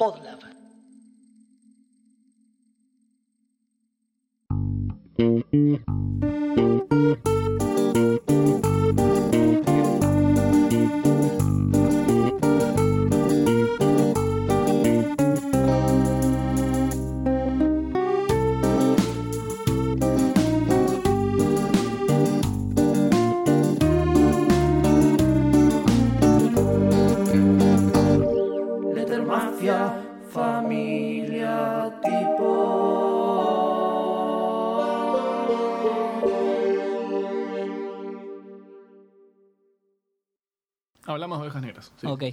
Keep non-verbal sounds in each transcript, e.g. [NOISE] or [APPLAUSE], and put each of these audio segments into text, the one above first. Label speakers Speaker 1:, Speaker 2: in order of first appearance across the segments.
Speaker 1: Podlab.
Speaker 2: Letermacia, familia tipo.
Speaker 3: Hablamos de ovejas negras. sí.
Speaker 4: ok.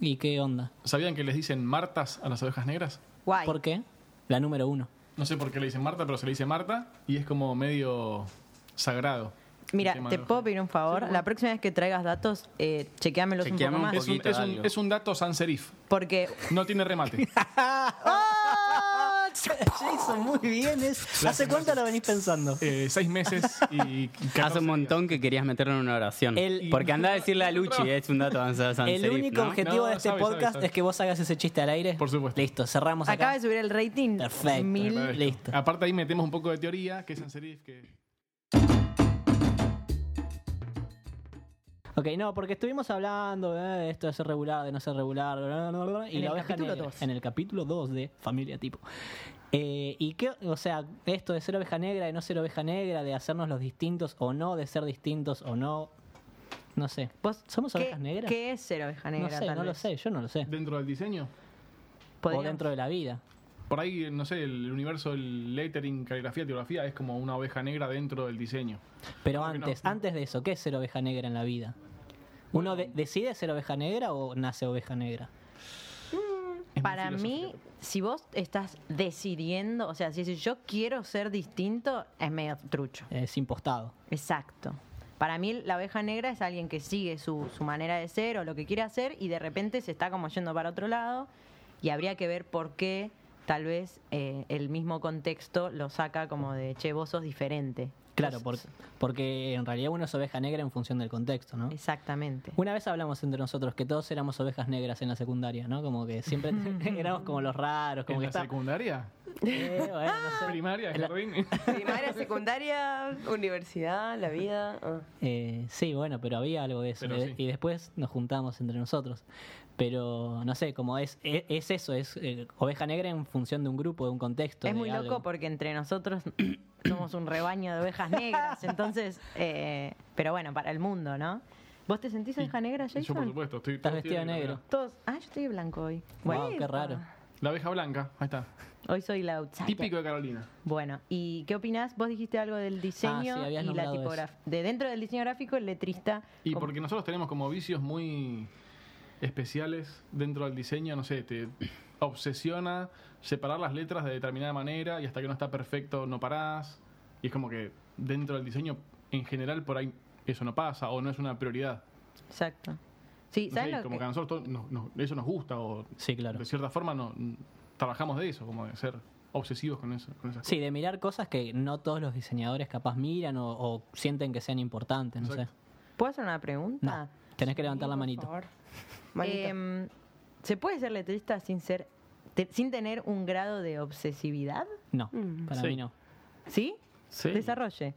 Speaker 4: ¿Y qué onda?
Speaker 3: ¿Sabían que les dicen martas a las ovejas negras?
Speaker 5: Guay.
Speaker 4: ¿Por qué? La número uno.
Speaker 3: No sé por qué le dicen Marta, pero se le dice Marta y es como medio sagrado.
Speaker 5: Mira,
Speaker 3: El tema
Speaker 5: ¿te
Speaker 3: de ovejas.
Speaker 5: puedo pedir un favor? La próxima vez que traigas datos, eh, chequeámelos un poco
Speaker 6: Chequeame un
Speaker 5: más.
Speaker 3: Es un,
Speaker 6: poquito,
Speaker 3: es un-
Speaker 6: algo.
Speaker 3: es un dato sans serif.
Speaker 5: Porque.
Speaker 3: No tiene
Speaker 5: [LAUGHS]
Speaker 3: remate.
Speaker 4: Ah, [LAUGHS] Jason, muy bien. Es... ¿Hace cuánto lo venís pensando?
Speaker 3: Eh, seis meses
Speaker 6: [LAUGHS]
Speaker 3: y
Speaker 6: Hace un montón que querías meterlo en una oración.
Speaker 4: El-
Speaker 6: Porque anda a decirle a Luchi, es un dato avanzado. sans
Speaker 4: El
Speaker 6: serif,
Speaker 4: único
Speaker 6: ¿no?
Speaker 4: objetivo
Speaker 3: No,
Speaker 4: de este
Speaker 3: sabe, sabe,
Speaker 4: podcast
Speaker 3: sabe.
Speaker 4: es que vos hagas ese chiste al aire.
Speaker 3: Por supuesto.
Speaker 4: Listo, cerramos acá.
Speaker 5: Acaba de subir el rating.
Speaker 4: Perfecto.
Speaker 5: Mil-
Speaker 3: días.
Speaker 4: Listo.
Speaker 3: Aparte ahí metemos un poco de teoría, que es sans serif, que...
Speaker 4: Ok, no, porque estuvimos hablando eh, de esto de ser regular, de no ser regular, bla, bla, bla, bla, y
Speaker 5: En
Speaker 4: la
Speaker 5: el
Speaker 4: oveja
Speaker 5: capítulo
Speaker 4: negra,
Speaker 5: dos.
Speaker 4: en el capítulo 2 de Familia Tipo. Eh, y qué, o sea, esto de ser oveja negra, de no ser oveja negra, de hacernos los distintos o no, de ser distintos o no, no sé.
Speaker 5: ¿Vos
Speaker 4: ¿Somos
Speaker 5: ¿Qué,
Speaker 4: ovejas negras?
Speaker 5: ¿Qué es ser oveja negra?
Speaker 4: no sé,
Speaker 5: tal
Speaker 4: no lo
Speaker 5: vez?
Speaker 4: sé, yo no lo sé.
Speaker 3: Dentro del diseño.
Speaker 4: O
Speaker 5: Podríamos-
Speaker 4: dentro de la vida.
Speaker 3: Por ahí, no sé, el universo del lettering, caligrafía, tipografía es como una oveja negra dentro del diseño.
Speaker 4: Pero
Speaker 3: Creo que no.
Speaker 4: antes, antes de eso, ¿qué es ser oveja negra en la vida? ¿Uno de- decide ser oveja negra o nace oveja negra?
Speaker 3: Es muy
Speaker 5: Para mí,
Speaker 3: filosófico.
Speaker 5: si vos estás decidiendo, o sea, si, si yo quiero ser distinto, es medio trucho.
Speaker 4: Eh, Es impostado.
Speaker 5: Exacto. Para mí la oveja negra es alguien que sigue su, su manera de ser o lo que quiere hacer y de repente se está como yendo para otro lado y habría que ver por qué tal vez eh, el mismo contexto lo saca como de, che, vos sos diferente.
Speaker 4: Claro,
Speaker 5: Vos-
Speaker 4: por- porque en realidad uno es oveja negra en función del contexto, ¿no?
Speaker 5: Exactamente.
Speaker 4: Una vez hablamos entre nosotros que todos éramos ovejas negras en la secundaria, ¿no? Como que siempre
Speaker 5: [LAUGHS]
Speaker 4: [LAUGHS] éramos como los raros, como
Speaker 3: ¿En
Speaker 4: que
Speaker 3: la
Speaker 4: está.
Speaker 3: secundaria?
Speaker 4: Eh, bueno, no sé.
Speaker 3: ¿Primaria?
Speaker 4: La-
Speaker 3: ¿Jardín? [LAUGHS]
Speaker 7: Primaria, secundaria, universidad, la vida. ah.
Speaker 4: Eh, sí, bueno, pero había algo de eso.
Speaker 3: Pero
Speaker 4: Y-
Speaker 3: sí.
Speaker 4: Y después nos juntamos entre nosotros. Pero no sé, como es, es, es eso, es eh, oveja negra en función de un grupo, de un contexto.
Speaker 5: Es
Speaker 4: de
Speaker 5: muy
Speaker 4: algo.
Speaker 5: loco porque entre nosotros somos un rebaño de ovejas negras, entonces, eh, pero bueno, para el mundo, ¿no? ¿Vos te sentís oveja negra, Jason?
Speaker 3: Yo, por supuesto. Estoy,
Speaker 4: Estás
Speaker 3: todo
Speaker 4: vestido de
Speaker 3: estoy
Speaker 4: negro.
Speaker 5: Todos. Ah, yo estoy de blanco hoy.
Speaker 4: Wow, qué
Speaker 5: Epa.
Speaker 4: raro.
Speaker 3: La oveja blanca, ahí está.
Speaker 5: Hoy soy la outsider.
Speaker 3: Típico de Carolina.
Speaker 5: Bueno, ¿y qué opinás? Vos dijiste algo del diseño
Speaker 4: Ah, sí, habías
Speaker 5: y la
Speaker 4: nombrado
Speaker 5: tipografía. De dentro del diseño gráfico, el letrista.
Speaker 3: Y
Speaker 5: como-
Speaker 3: porque nosotros tenemos como vicios muy especiales dentro del diseño, no sé, te obsesiona separar las letras de determinada manera y hasta que no está perfecto no parás. Y es como que dentro del diseño en general por ahí eso no pasa o no es una prioridad.
Speaker 5: Exacto. Sí,
Speaker 3: No
Speaker 5: ¿sabes
Speaker 3: sé,
Speaker 5: lo
Speaker 3: como
Speaker 5: que-
Speaker 3: que a nosotros to- nos- nos- eso nos gusta o
Speaker 4: Sí, claro.
Speaker 3: de cierta forma no, trabajamos de eso, como de ser obsesivos con eso. Con esas
Speaker 4: Sí, de mirar cosas que no todos los diseñadores capaz miran o, o sienten que sean importantes, no
Speaker 3: Exacto.
Speaker 5: ¿Puedo hacer una pregunta?
Speaker 4: sé. No, tenés que levantar la manito.
Speaker 7: Por favor. Manito.
Speaker 5: Em, ¿Se puede ser letrista sin ser. te- sin tener un grado de obsesividad?
Speaker 4: No,
Speaker 3: Mm.
Speaker 4: para
Speaker 6: Sí.
Speaker 4: mí no.
Speaker 5: ¿Sí?
Speaker 6: Sí.
Speaker 5: Desarrolle.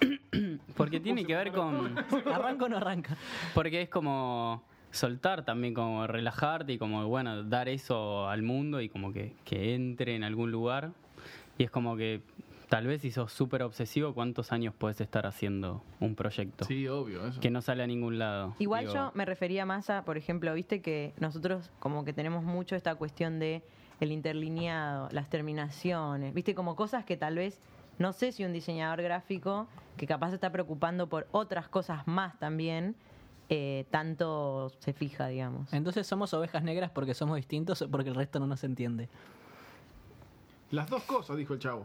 Speaker 4: [LAUGHS]
Speaker 6: Porque tiene que ver
Speaker 3: Mm.
Speaker 5: [LAUGHS]
Speaker 6: con.
Speaker 4: ¿Arranca o no arranca?
Speaker 6: Porque es como soltar también, como relajarte y como, bueno, dar eso al mundo y como que, que entre en algún lugar. Y es como que tal vez si sos súper obsesivo, ¿cuántos años puedes estar haciendo un proyecto?
Speaker 3: cosas. Sí, obvio, eso.
Speaker 6: Que no sale a ningún lado.
Speaker 5: Igual
Speaker 6: Digo,
Speaker 5: yo me refería más a, por ejemplo, viste que nosotros como que tenemos mucho esta cuestión de el interlineado, las terminaciones, viste como cosas que tal vez no sé si un diseñador gráfico que capaz se está preocupando por otras cosas más también eh, tanto se fija, digamos.
Speaker 4: Entonces somos ovejas negras porque somos distintos o porque el resto no nos entiende.
Speaker 3: Las dos cosas, dijo el chavo.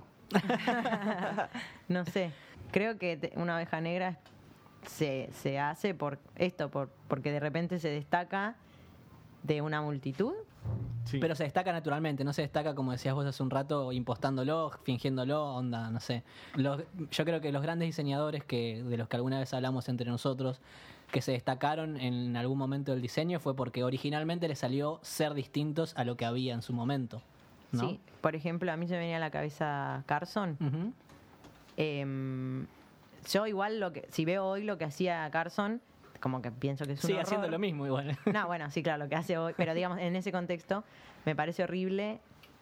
Speaker 5: No sé. Creo que te- una oveja negra se, se hace por esto, por, porque de repente se destaca de una multitud.
Speaker 3: Sí.
Speaker 4: Pero se destaca naturalmente, no se destaca como decías vos hace un rato, impostándolo, fingiéndolo, onda, no sé. Los- yo creo que los grandes diseñadores que, de los que alguna vez hablamos entre nosotros, que se destacaron en algún momento del diseño fue porque originalmente les salió ser distintos a lo que había en su momento. ¿no?
Speaker 5: Sí, por ejemplo, a mí se me venía a la cabeza Carson.
Speaker 4: Ujú.
Speaker 5: Em, yo igual, lo que si veo hoy lo que hacía Carson, como que pienso que es un
Speaker 4: Sigue
Speaker 5: horror.
Speaker 4: haciendo lo mismo ¿eh? igual.
Speaker 5: No, bueno, sí, claro, lo que hace hoy, pero digamos, en ese contexto me parece horrible,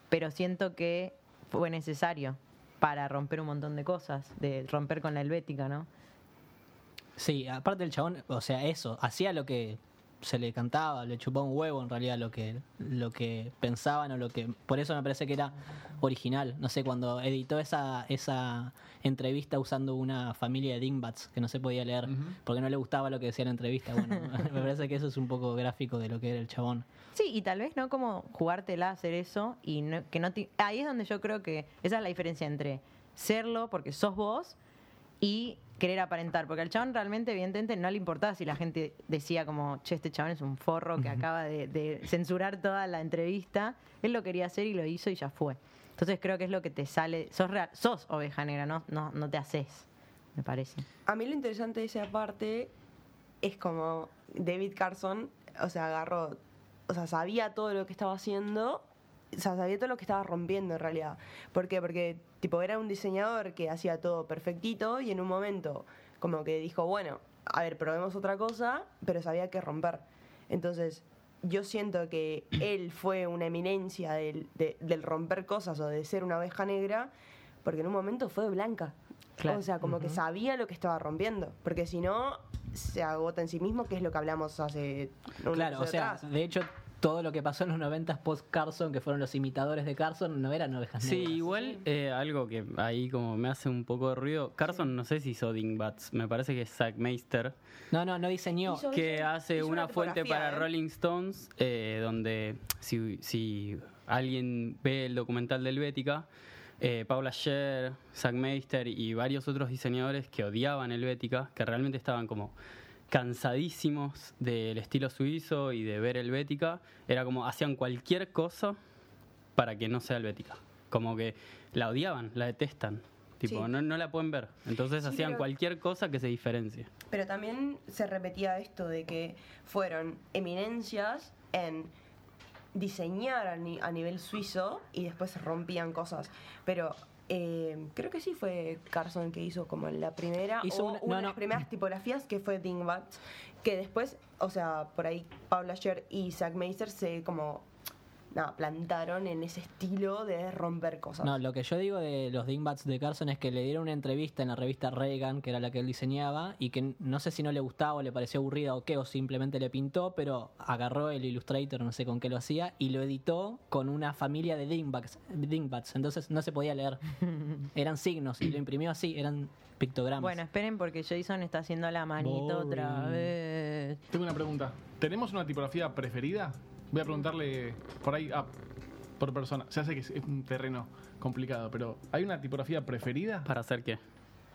Speaker 5: pero siento que fue necesario para romper un montón de cosas, de romper con la helvética, ¿no?
Speaker 4: Sí, aparte el chabón, o sea, eso, hacía lo que se le cantaba, le chupaba un huevo en realidad lo que, lo que pensaban o lo que... Por eso me parece que era original. No sé, cuando editó esa, esa entrevista usando una familia de dingbats que no se podía leer porque no le gustaba lo que decía la entrevista. Bueno, [LAUGHS] me parece que eso es un poco gráfico de lo que era el chabón.
Speaker 5: Sí, y tal vez no como jugártela a hacer eso y no- que no te- ahí es donde yo creo que esa es la diferencia entre serlo porque sos vos y querer aparentar, porque al chabón realmente evidentemente no le importaba si la gente decía como, "Che, este chabón es un forro que acaba de, de censurar toda la entrevista." Él lo quería hacer y lo hizo y ya fue. Entonces creo que es lo que te sale, sos real- sos oveja negra, no no no te haces, me parece.
Speaker 7: A mí lo interesante de esa parte es como David Carson, o sea, agarró, o sea, sabía todo lo que estaba haciendo, o sea, sabía todo lo que estaba rompiendo en realidad. ¿Por qué? Porque, tipo, era un diseñador que hacía todo perfectito y en un momento, como que dijo, bueno, a ver, probemos otra cosa, pero sabía que romper. Entonces, yo siento que él fue una eminencia del, de- del romper cosas o de ser una oveja negra, porque en un momento fue blanca.
Speaker 5: Claro.
Speaker 7: O sea, como que sabía lo que estaba rompiendo. Porque si no, se agota en sí mismo, que es lo que hablamos hace un
Speaker 4: Claro, o
Speaker 7: episodio
Speaker 4: sea,
Speaker 7: atrás.
Speaker 4: de hecho, todo lo que pasó en los 90 post-Carson, que fueron los imitadores de Carson, no eran ovejas
Speaker 6: Sí,
Speaker 4: negras.
Speaker 6: igual eh, algo que ahí como me hace un poco de ruido. Carson no sé si hizo Dingbats, me parece que es Zack Meister,
Speaker 4: No, no, no diseñó.
Speaker 7: Hizo-
Speaker 6: que
Speaker 7: hizo-
Speaker 6: hace
Speaker 7: hizo
Speaker 6: una,
Speaker 7: una
Speaker 6: fuente
Speaker 7: tipografía,
Speaker 6: para
Speaker 7: ¿eh?
Speaker 6: Rolling Stones, eh, donde si, si alguien ve el documental de Helvética, eh, Paula Scher, Zack Meister y varios otros diseñadores que odiaban Helvética, que realmente estaban como cansadísimos del estilo suizo y de ver Helvética, era como hacían cualquier cosa para que no sea helvética. Como que la odiaban, la detestan. Tipo,
Speaker 7: Sí.
Speaker 6: no, no la pueden ver. Entonces
Speaker 7: Sí,
Speaker 6: hacían
Speaker 7: pero-
Speaker 6: cualquier cosa que se diferencie.
Speaker 7: Pero también se repetía esto de que fueron eminencias en diseñar a, ni- a nivel suizo y después rompían cosas. Pero eh, creo que sí fue Carson que hizo como la primera
Speaker 4: Hizo
Speaker 7: o
Speaker 4: una-
Speaker 7: una,
Speaker 4: no,
Speaker 7: de
Speaker 4: no.
Speaker 7: las primeras tipografías que fue Dingbat, que después, o sea, por ahí Paula Scher y Zack Meister se como nada, plantaron en ese estilo de romper cosas.
Speaker 4: No, lo que yo digo de los Dingbats de Carson es que le dieron una entrevista en la revista Reagan, que era la que él diseñaba, y que no sé si no le gustaba o le pareció aburrida o qué, o simplemente le pintó, pero agarró el Illustrator, no sé con qué lo hacía, y lo editó con una familia de Dingbats. Dingbats. Entonces no se podía leer. Eran signos, y lo imprimió así, eran pictogramas.
Speaker 5: Bueno, esperen porque Jason está haciendo la manito otra
Speaker 4: Boring.
Speaker 5: vez.
Speaker 3: Tengo una pregunta. ¿Tenemos una tipografía preferida? Voy a preguntarle por ahí a por persona. Se hace que es es un terreno complicado, pero ¿hay una tipografía preferida?
Speaker 6: ¿Para hacer qué?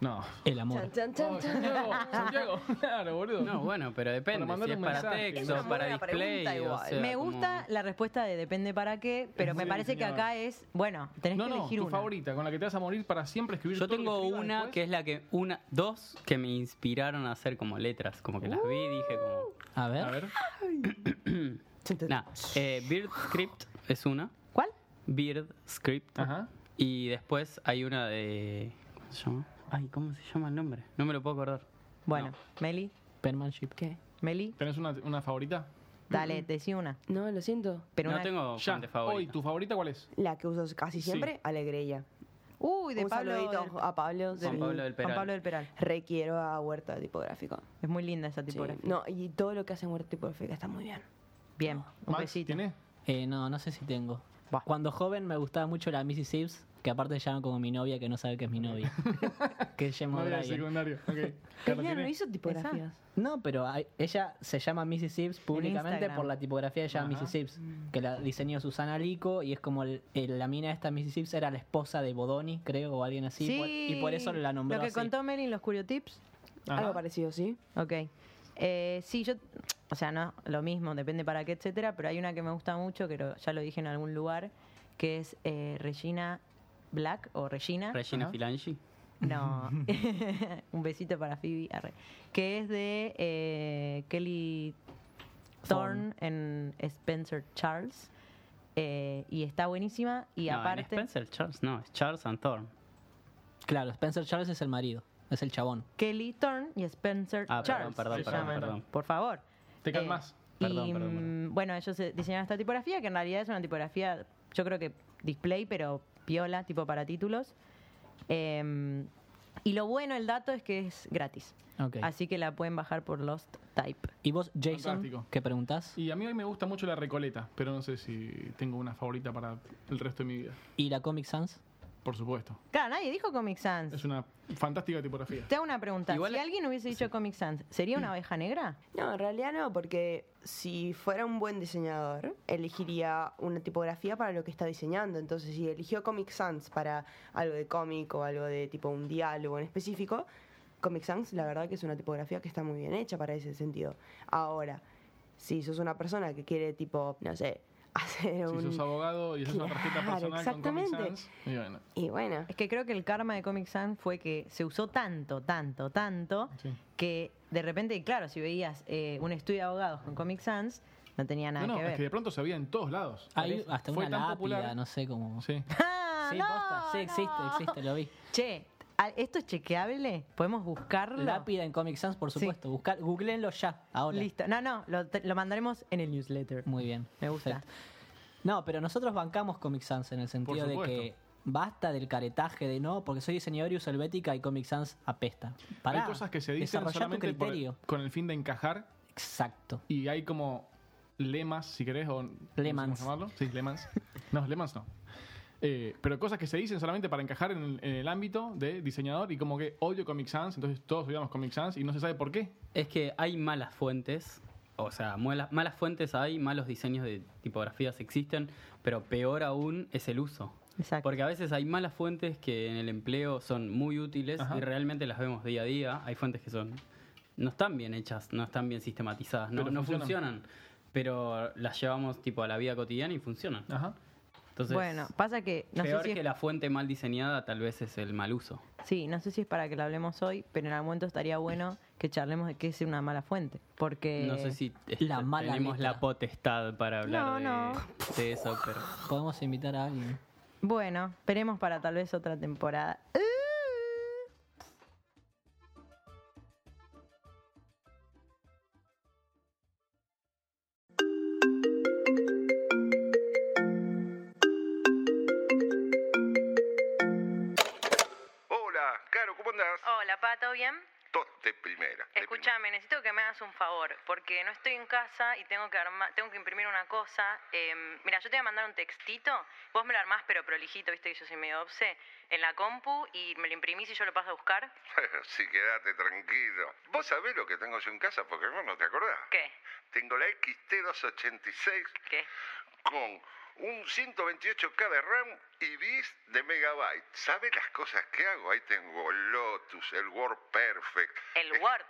Speaker 3: No.
Speaker 4: el amor.
Speaker 7: Chan, chan, chan,
Speaker 3: Oh,
Speaker 7: chan.
Speaker 3: Santiago, Santiago, claro, boludo.
Speaker 6: No, bueno, pero depende.
Speaker 3: mandar
Speaker 6: si es
Speaker 3: un
Speaker 6: para
Speaker 3: mensaje.
Speaker 7: Es una
Speaker 6: texto,
Speaker 7: muy
Speaker 6: para
Speaker 7: buena
Speaker 6: display.
Speaker 7: pregunta
Speaker 6: o
Speaker 7: igual.
Speaker 6: sea,
Speaker 5: Me
Speaker 6: como-
Speaker 5: gusta la respuesta de depende para qué, pero
Speaker 3: Es
Speaker 5: me
Speaker 3: muy
Speaker 5: parece que
Speaker 3: diseñador.
Speaker 5: acá es, bueno, tenés
Speaker 3: No,
Speaker 5: que
Speaker 3: no,
Speaker 5: elegir
Speaker 3: tu
Speaker 5: una.
Speaker 3: favorita, con la que te vas a morir para siempre escribir
Speaker 6: Yo
Speaker 3: todo lo
Speaker 6: tengo
Speaker 3: que escribas
Speaker 6: una
Speaker 3: después.
Speaker 6: que es la que. una Dos que me inspiraron a hacer como letras. Como que las vi y dije como.
Speaker 4: A ver.
Speaker 3: A
Speaker 5: [CLEARS THROAT]
Speaker 3: ver.
Speaker 6: Nah, eh, Beard Script es una.
Speaker 5: ¿Cuál?
Speaker 6: Beard Script.
Speaker 3: Ajá.
Speaker 6: Y después hay una de. ¿Cómo se llama? Ay, ¿cómo se llama el nombre? No me lo puedo acordar.
Speaker 5: Bueno,
Speaker 6: No.
Speaker 5: Meli,
Speaker 4: Penmanship.
Speaker 5: Meli,
Speaker 3: ¿Tenés una, una favorita?
Speaker 5: dale, decí una.
Speaker 7: No, lo siento.
Speaker 5: Pero
Speaker 6: no
Speaker 5: una...
Speaker 6: tengo
Speaker 3: Ya,
Speaker 6: fuente favorita.
Speaker 3: hoy, ¿tu favorita cuál es?
Speaker 7: La que uso casi
Speaker 3: Sí.
Speaker 7: siempre, Alegría.
Speaker 5: Uy, de
Speaker 7: un
Speaker 5: Pablo
Speaker 7: saludito
Speaker 5: del-
Speaker 7: a Pablo.
Speaker 6: Juan
Speaker 7: del-
Speaker 6: Pablo del Peral.
Speaker 5: Juan Pablo del Peral.
Speaker 7: Requiero a Huerta Tipográfico.
Speaker 5: Es muy linda esa
Speaker 7: Sí.
Speaker 5: tipografía.
Speaker 7: No, y todo lo que hace Huerta Tipográfica está muy bien.
Speaker 5: Bien, un
Speaker 3: Max,
Speaker 5: besito.
Speaker 3: ¿Tiene?
Speaker 4: Eh, no, no sé si tengo.
Speaker 5: Va.
Speaker 4: Cuando joven me gustaba mucho la Missy Sips, que aparte se llama como mi novia, que no sabe que es
Speaker 3: [LAUGHS]
Speaker 4: mi novia. que se llama
Speaker 3: No, era
Speaker 4: Brian.
Speaker 3: secundario. Ok. ¿Carla
Speaker 7: Ella no
Speaker 3: tiene?
Speaker 7: hizo tipografías.
Speaker 4: No, pero hay- ella se llama Missy Sips públicamente
Speaker 5: Instagram.
Speaker 4: por la tipografía de llama
Speaker 3: Ajá.
Speaker 4: Missy Sips, que la diseñó Susana Lico y es como el- el- la mina esta Missy Sips era la esposa de Bodoni, creo, o alguien así, por- y por eso la nombró
Speaker 5: Lo que
Speaker 4: así.
Speaker 5: contó Meli en los Curiotips.
Speaker 3: Ajá.
Speaker 7: Algo parecido, sí.
Speaker 5: Ok. Eh, sí, yo, o sea, no, lo mismo, depende para qué, etcétera, pero hay una que me gusta mucho, que lo- ya lo dije en algún lugar, que es eh, Regina Black o Regina.
Speaker 6: Regina
Speaker 5: ¿no?
Speaker 6: Filangi.
Speaker 5: No, [LAUGHS] un besito para Phoebe, arre. que es de eh, Kelly Thorne en Spencer Charles. eh, y está buenísima. Y
Speaker 6: No, en
Speaker 5: aparte.
Speaker 6: Spencer Charles, no, es Charles and Thorne.
Speaker 4: Claro, Spencer Charles es el marido, es el chabón.
Speaker 5: Kelly Thorne y Spencer
Speaker 6: Ah, perdón,
Speaker 5: Charles.
Speaker 6: perdón,
Speaker 5: se
Speaker 6: perdón,
Speaker 5: llaman.
Speaker 6: perdón.
Speaker 5: Por favor. Eh,
Speaker 3: Te calmás.
Speaker 6: Perdón,
Speaker 5: y,
Speaker 6: perdón, perdón.
Speaker 5: mm, bueno, ellos eh, diseñaron esta tipografía que en realidad es una tipografía, yo creo que display, pero piola, tipo para títulos. Eh, y lo bueno, el dato es que es gratis.
Speaker 4: Ok.
Speaker 5: Así que la pueden bajar por Lost Type.
Speaker 4: ¿Y vos, Jason,
Speaker 3: Fantástico.
Speaker 4: qué preguntás?
Speaker 3: Y a mí hoy me gusta mucho la Recoleta, pero no sé si tengo una favorita para el resto de mi vida.
Speaker 4: ¿Y la Comic Sans?
Speaker 3: Por supuesto.
Speaker 5: Claro, nadie dijo Comic Sans.
Speaker 3: Es una fantástica tipografía.
Speaker 5: Te hago una pregunta.
Speaker 6: Igual
Speaker 5: si
Speaker 6: es-
Speaker 5: alguien hubiese dicho Comic Sans, ¿sería una abeja negra?
Speaker 7: No, en realidad no, porque si fuera un buen diseñador, elegiría una tipografía para lo que está diseñando. Entonces, si eligió Comic Sans para algo de cómic o algo de tipo un diálogo en específico, Comic Sans la verdad que es una tipografía que está muy bien hecha para ese sentido. Ahora, si sos una persona que quiere tipo, no sé, [LAUGHS] hacer
Speaker 3: Si
Speaker 7: un...
Speaker 3: sos abogado y haces una tarjeta
Speaker 7: Claro,
Speaker 3: personal con Comic
Speaker 7: exactamente.
Speaker 3: Sans, y bueno,
Speaker 7: y bueno,
Speaker 5: Es que creo que el karma de Comic Sans fue que se usó tanto, tanto, tanto,
Speaker 3: sí.
Speaker 5: que de repente, claro, si veías eh, un estudio de abogados con Comic Sans, no tenía nada
Speaker 3: No, no,
Speaker 5: que ver.
Speaker 3: es que de pronto se veía en todos lados.
Speaker 4: Hay hasta
Speaker 3: Fue
Speaker 4: una
Speaker 3: tan
Speaker 4: lápida,
Speaker 3: popular.
Speaker 4: no sé cómo.
Speaker 3: Sí.
Speaker 5: ¡Ah,
Speaker 4: Sí,
Speaker 5: no,
Speaker 4: posta, sí, existe,
Speaker 5: no!
Speaker 4: existe, lo vi.
Speaker 5: Che, ¿a- ¿esto es chequeable? ¿Podemos buscarlo?
Speaker 4: Lápida en Comic Sans, por
Speaker 5: Sí.
Speaker 4: supuesto. Buscar, googleenlo ya, ahora.
Speaker 5: Listo. No, no, lo, te- lo mandaremos en el newsletter.
Speaker 4: Muy bien.
Speaker 5: Me gusta.
Speaker 4: No, pero nosotros bancamos Comic Sans en el sentido de
Speaker 3: supuesto.
Speaker 4: que basta del caretaje de no, porque soy diseñador y uso Helvética y Comic Sans apesta. Pará,
Speaker 3: hay cosas que se dicen
Speaker 4: desarrollá tu
Speaker 3: solamente por-
Speaker 4: criterio.
Speaker 3: con el fin de encajar
Speaker 4: Exacto.
Speaker 3: y hay como lemas, si querés, o no sé
Speaker 4: Lemans.
Speaker 3: cómo llamarlo. Sí,
Speaker 6: [LAUGHS]
Speaker 3: lemans. No, lemans no. Eh, pero cosas que se dicen solamente para encajar en el, en el ámbito de diseñador y como que odio Comic Sans, entonces todos odiamos Comic Sans y no se sabe por qué.
Speaker 6: Es que hay malas fuentes, o sea, muela- malas fuentes hay, malos diseños de tipografías existen, pero peor aún es el uso.
Speaker 5: Exacto.
Speaker 6: Porque a veces hay malas fuentes que en el empleo son muy útiles
Speaker 3: Ajá.
Speaker 6: y realmente las vemos día a día. Hay fuentes que son no están bien hechas, no están bien sistematizadas, no,
Speaker 3: Pero
Speaker 6: no
Speaker 3: funcionan.
Speaker 6: funcionan. pero las llevamos tipo a la vida cotidiana y funcionan.
Speaker 3: Ajá.
Speaker 6: Entonces,
Speaker 5: bueno, pasa que no sé
Speaker 6: peor
Speaker 5: si es
Speaker 6: que la fuente mal diseñada tal vez es el mal uso.
Speaker 5: Sí, no sé si es para que lo hablemos hoy, pero en algún momento estaría bueno que charlemos de qué es una mala fuente. Porque.
Speaker 6: no sé si est-
Speaker 4: la mala
Speaker 6: tenemos
Speaker 4: letra.
Speaker 6: la potestad para hablar
Speaker 5: No,
Speaker 6: de,
Speaker 5: no.
Speaker 6: de eso, pero
Speaker 4: Podemos invitar a alguien.
Speaker 5: Bueno, esperemos para tal vez otra temporada. Uh.
Speaker 1: Hola, Caro, ¿cómo andás?
Speaker 5: Hola, Pato, ¿bien?
Speaker 1: Todo de primera.
Speaker 5: Eh.
Speaker 1: de
Speaker 5: Escúchame, necesito que me hagas un favor, porque no estoy en casa y tengo que armar, tengo que imprimir una cosa. Em, mira, yo te voy a mandar un textito, vos me lo armás pero prolijito, viste que yo soy medio obse, en la compu y me lo imprimís y yo lo paso a buscar.
Speaker 1: primera. [LAUGHS] sí, quédate tranquilo. ¿Vos sabés lo que tengo yo en casa? Porque vos no te acordás.
Speaker 5: ¿Qué?
Speaker 1: Tengo la XT286
Speaker 5: ¿Qué?
Speaker 1: con un 128K de RAM y 10 de megabyte. ¿Sabés las cosas que hago? Ahí tengo Lotus, el Word Perfect.
Speaker 5: El
Speaker 1: Eh,
Speaker 5: Word.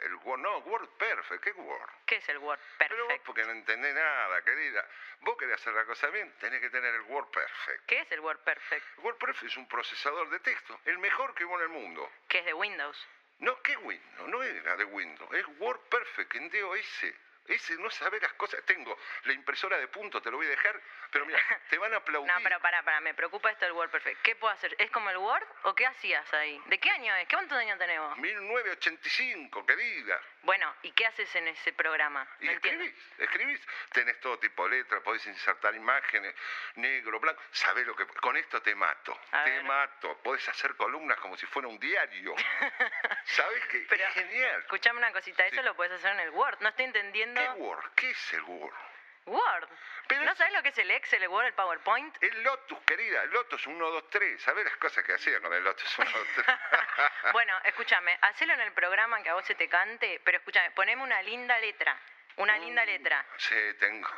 Speaker 1: El Word, no, Word Perfect, ¿qué Word?
Speaker 5: ¿Qué es el Word?
Speaker 1: Pero vos
Speaker 5: Perfect.
Speaker 1: porque no entendés nada, querida. Vos querés hacer la cosa bien, tenés que tener el Word Perfect.
Speaker 5: ¿Qué es el Word Perfect?
Speaker 1: WordPress es un procesador de texto, el mejor que hubo en el mundo.
Speaker 5: ¿Qué es de Windows?
Speaker 1: No, ¿qué Windows? No era de Windows, es Word Perfect en DOS. Ese no sabe las cosas. Tengo la impresora de punto, te lo voy a dejar, pero
Speaker 5: [LAUGHS]
Speaker 1: mira, te van a aplaudir.
Speaker 5: No, pero pará, pará, me preocupa esto del Word Perfect. ¿Qué puedo hacer? ¿Es como el Word o qué hacías ahí? ¿De qué año es? ¿Qué cuántos años tenemos?
Speaker 1: 1985, querida.
Speaker 5: Bueno, ¿y qué haces en ese programa?
Speaker 1: Y
Speaker 5: No entiendo.
Speaker 1: escribís, escribís. Tenés todo tipo de letras, podés insertar imágenes, negro, blanco. Sabés lo que. Con esto te mato.
Speaker 5: A
Speaker 1: te
Speaker 5: ver.
Speaker 1: mato. Podés hacer columnas como si fuera un
Speaker 5: [LAUGHS]
Speaker 1: diario. ¿Sabés qué?
Speaker 5: Pero-
Speaker 1: es genial.
Speaker 5: Escuchame una cosita, eso
Speaker 1: Sí.
Speaker 5: lo puedes hacer en el Word. No estoy entendiendo.
Speaker 1: ¿Qué Word? ¿Qué es el Word?
Speaker 5: Word.
Speaker 1: Pero
Speaker 5: ¿No
Speaker 1: es-
Speaker 5: sabes lo que es el Excel, el Word, el PowerPoint?
Speaker 1: El Lotus, querida, el Lotus 123. ¿Sabés las cosas que hacía con el Lotus
Speaker 8: [LAUGHS]
Speaker 1: 123? Ah.
Speaker 5: bueno, escúchame, hacelo en el programa que a vos se te cante, pero escúchame, poneme una
Speaker 1: Mm.
Speaker 5: linda letra. Una linda letra.
Speaker 1: sí, tengo.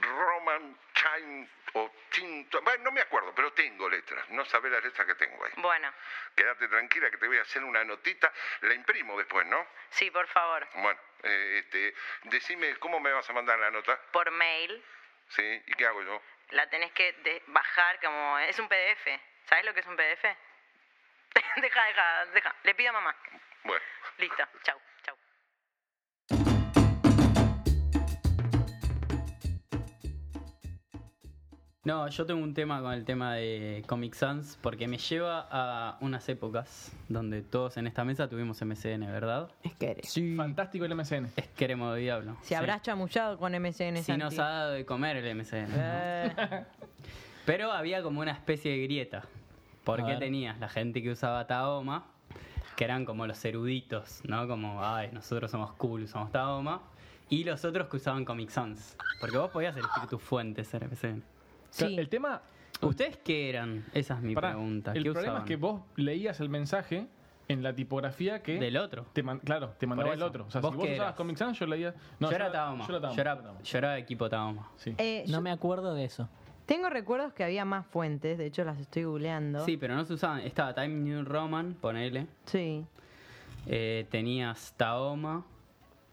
Speaker 1: Roman Ch Time o Tinto. Bueno, no me acuerdo, pero tengo letras. No sabés las letras que tengo ahí.
Speaker 8: Bueno,
Speaker 1: Quédate tranquila que te voy a hacer una notita. La imprimo después, ¿no?
Speaker 8: sí, por favor.
Speaker 1: Bueno, eh, este, decime cómo me vas a mandar la nota.
Speaker 8: Por mail
Speaker 1: ¿Sí? ¿Y qué hago yo?
Speaker 8: la tenés que de- bajar como... Es un PDF. ¿Sabes lo que es un PDF?
Speaker 5: [LAUGHS]
Speaker 8: deja, deja, deja. Le pido a mamá.
Speaker 1: Bueno.
Speaker 8: Listo. Chau, chau.
Speaker 6: No, yo tengo un tema con el tema de Comic Sans porque me lleva a unas épocas donde todos en esta mesa tuvimos MCN, ¿verdad?
Speaker 7: Es que eres.
Speaker 6: Sí.
Speaker 3: Fantástico el MCN.
Speaker 6: Es queremos de diablo.
Speaker 5: Si habrás chamullado con MCN,
Speaker 6: Si nos
Speaker 5: Santi.
Speaker 6: ha dado de comer el MCN.
Speaker 5: Eh,
Speaker 6: Pero había como una especie de grieta.
Speaker 4: A
Speaker 6: Porque
Speaker 4: ver.
Speaker 6: tenías la gente que usaba Taoma, que eran como los eruditos, ¿no? Como, ay, nosotros somos cool, usamos Taoma. Y los otros que usaban Comic Sans. Porque vos podías elegir tus fuentes RPC.
Speaker 5: sí.
Speaker 3: El tema
Speaker 6: ¿Ustedes qué eran? Esa es mi
Speaker 3: Pará,
Speaker 6: pregunta.
Speaker 3: El
Speaker 6: ¿Qué
Speaker 3: problema
Speaker 6: usaban?
Speaker 3: es que vos leías el mensaje en la tipografía que.
Speaker 6: Del otro.
Speaker 3: Te man- claro, te mandaba el
Speaker 6: eso.
Speaker 3: otro. O sea,
Speaker 6: ¿Vos
Speaker 3: si vos
Speaker 6: qué
Speaker 3: usabas
Speaker 6: eras?
Speaker 3: Comic Sans, yo leía.
Speaker 6: yo, era Taoma.
Speaker 3: Yo era Taoma.
Speaker 6: Yo
Speaker 3: yo
Speaker 6: era,
Speaker 3: era Taoma.
Speaker 6: yo era equipo Taoma.
Speaker 3: Sí.
Speaker 5: Eh, yo
Speaker 4: No me acuerdo de eso.
Speaker 5: Tengo recuerdos que había más fuentes, de hecho las estoy googleando.
Speaker 6: Sí, pero no se usaban. Estaba Time New Roman, ponele.
Speaker 5: Sí.
Speaker 6: Eh, tenías Taoma,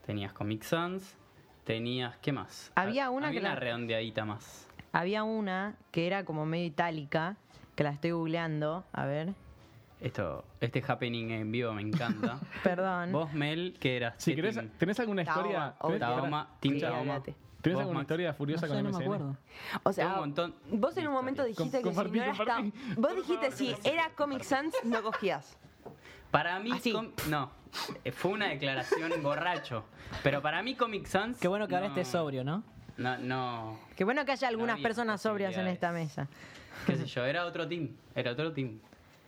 Speaker 6: tenías Comic Sans, tenías. ¿Qué más?
Speaker 5: Había
Speaker 6: Ha-
Speaker 5: una que la-
Speaker 6: una redondeadita más.
Speaker 5: Había una que era como medio itálica, que la estoy googleando. A ver.
Speaker 6: Esto, este happening en vivo me encanta.
Speaker 5: [LAUGHS] Perdón.
Speaker 6: Vos, Mel, que eras.
Speaker 3: Si
Speaker 6: ¿Qué
Speaker 3: querés,
Speaker 6: team?
Speaker 3: ¿tenés alguna historia?
Speaker 5: Taoma, obvio.
Speaker 3: ¿tenés,
Speaker 6: Taoma, Team
Speaker 5: Sí,
Speaker 6: Taoma.
Speaker 5: olvídate.
Speaker 3: tenés
Speaker 6: Vos,
Speaker 3: alguna
Speaker 6: Max.
Speaker 3: historia
Speaker 4: No,
Speaker 3: furiosa
Speaker 4: sé,
Speaker 3: con
Speaker 4: no
Speaker 3: MCN?
Speaker 4: me acuerdo.
Speaker 7: O sea,
Speaker 6: Tengo un montón de
Speaker 7: vos en un momento dijiste que
Speaker 3: compartí,
Speaker 7: si no era
Speaker 3: compartí.
Speaker 7: esta- Vos dijiste si era Comic Sans,
Speaker 4: [LAUGHS]
Speaker 7: no cogías.
Speaker 6: Para mí,
Speaker 7: Así.
Speaker 6: com- no. Eh, Fue una declaración borracho. Pero para mí, Comic Sans.
Speaker 4: Qué bueno que ahora
Speaker 6: no-
Speaker 4: estés sobrio, ¿no?
Speaker 6: No, no.
Speaker 5: Qué bueno que haya algunas
Speaker 6: había
Speaker 5: personas sobrias en esta
Speaker 6: posibilidades.
Speaker 5: mesa.
Speaker 6: Qué sé yo, era otro team. Era otro team.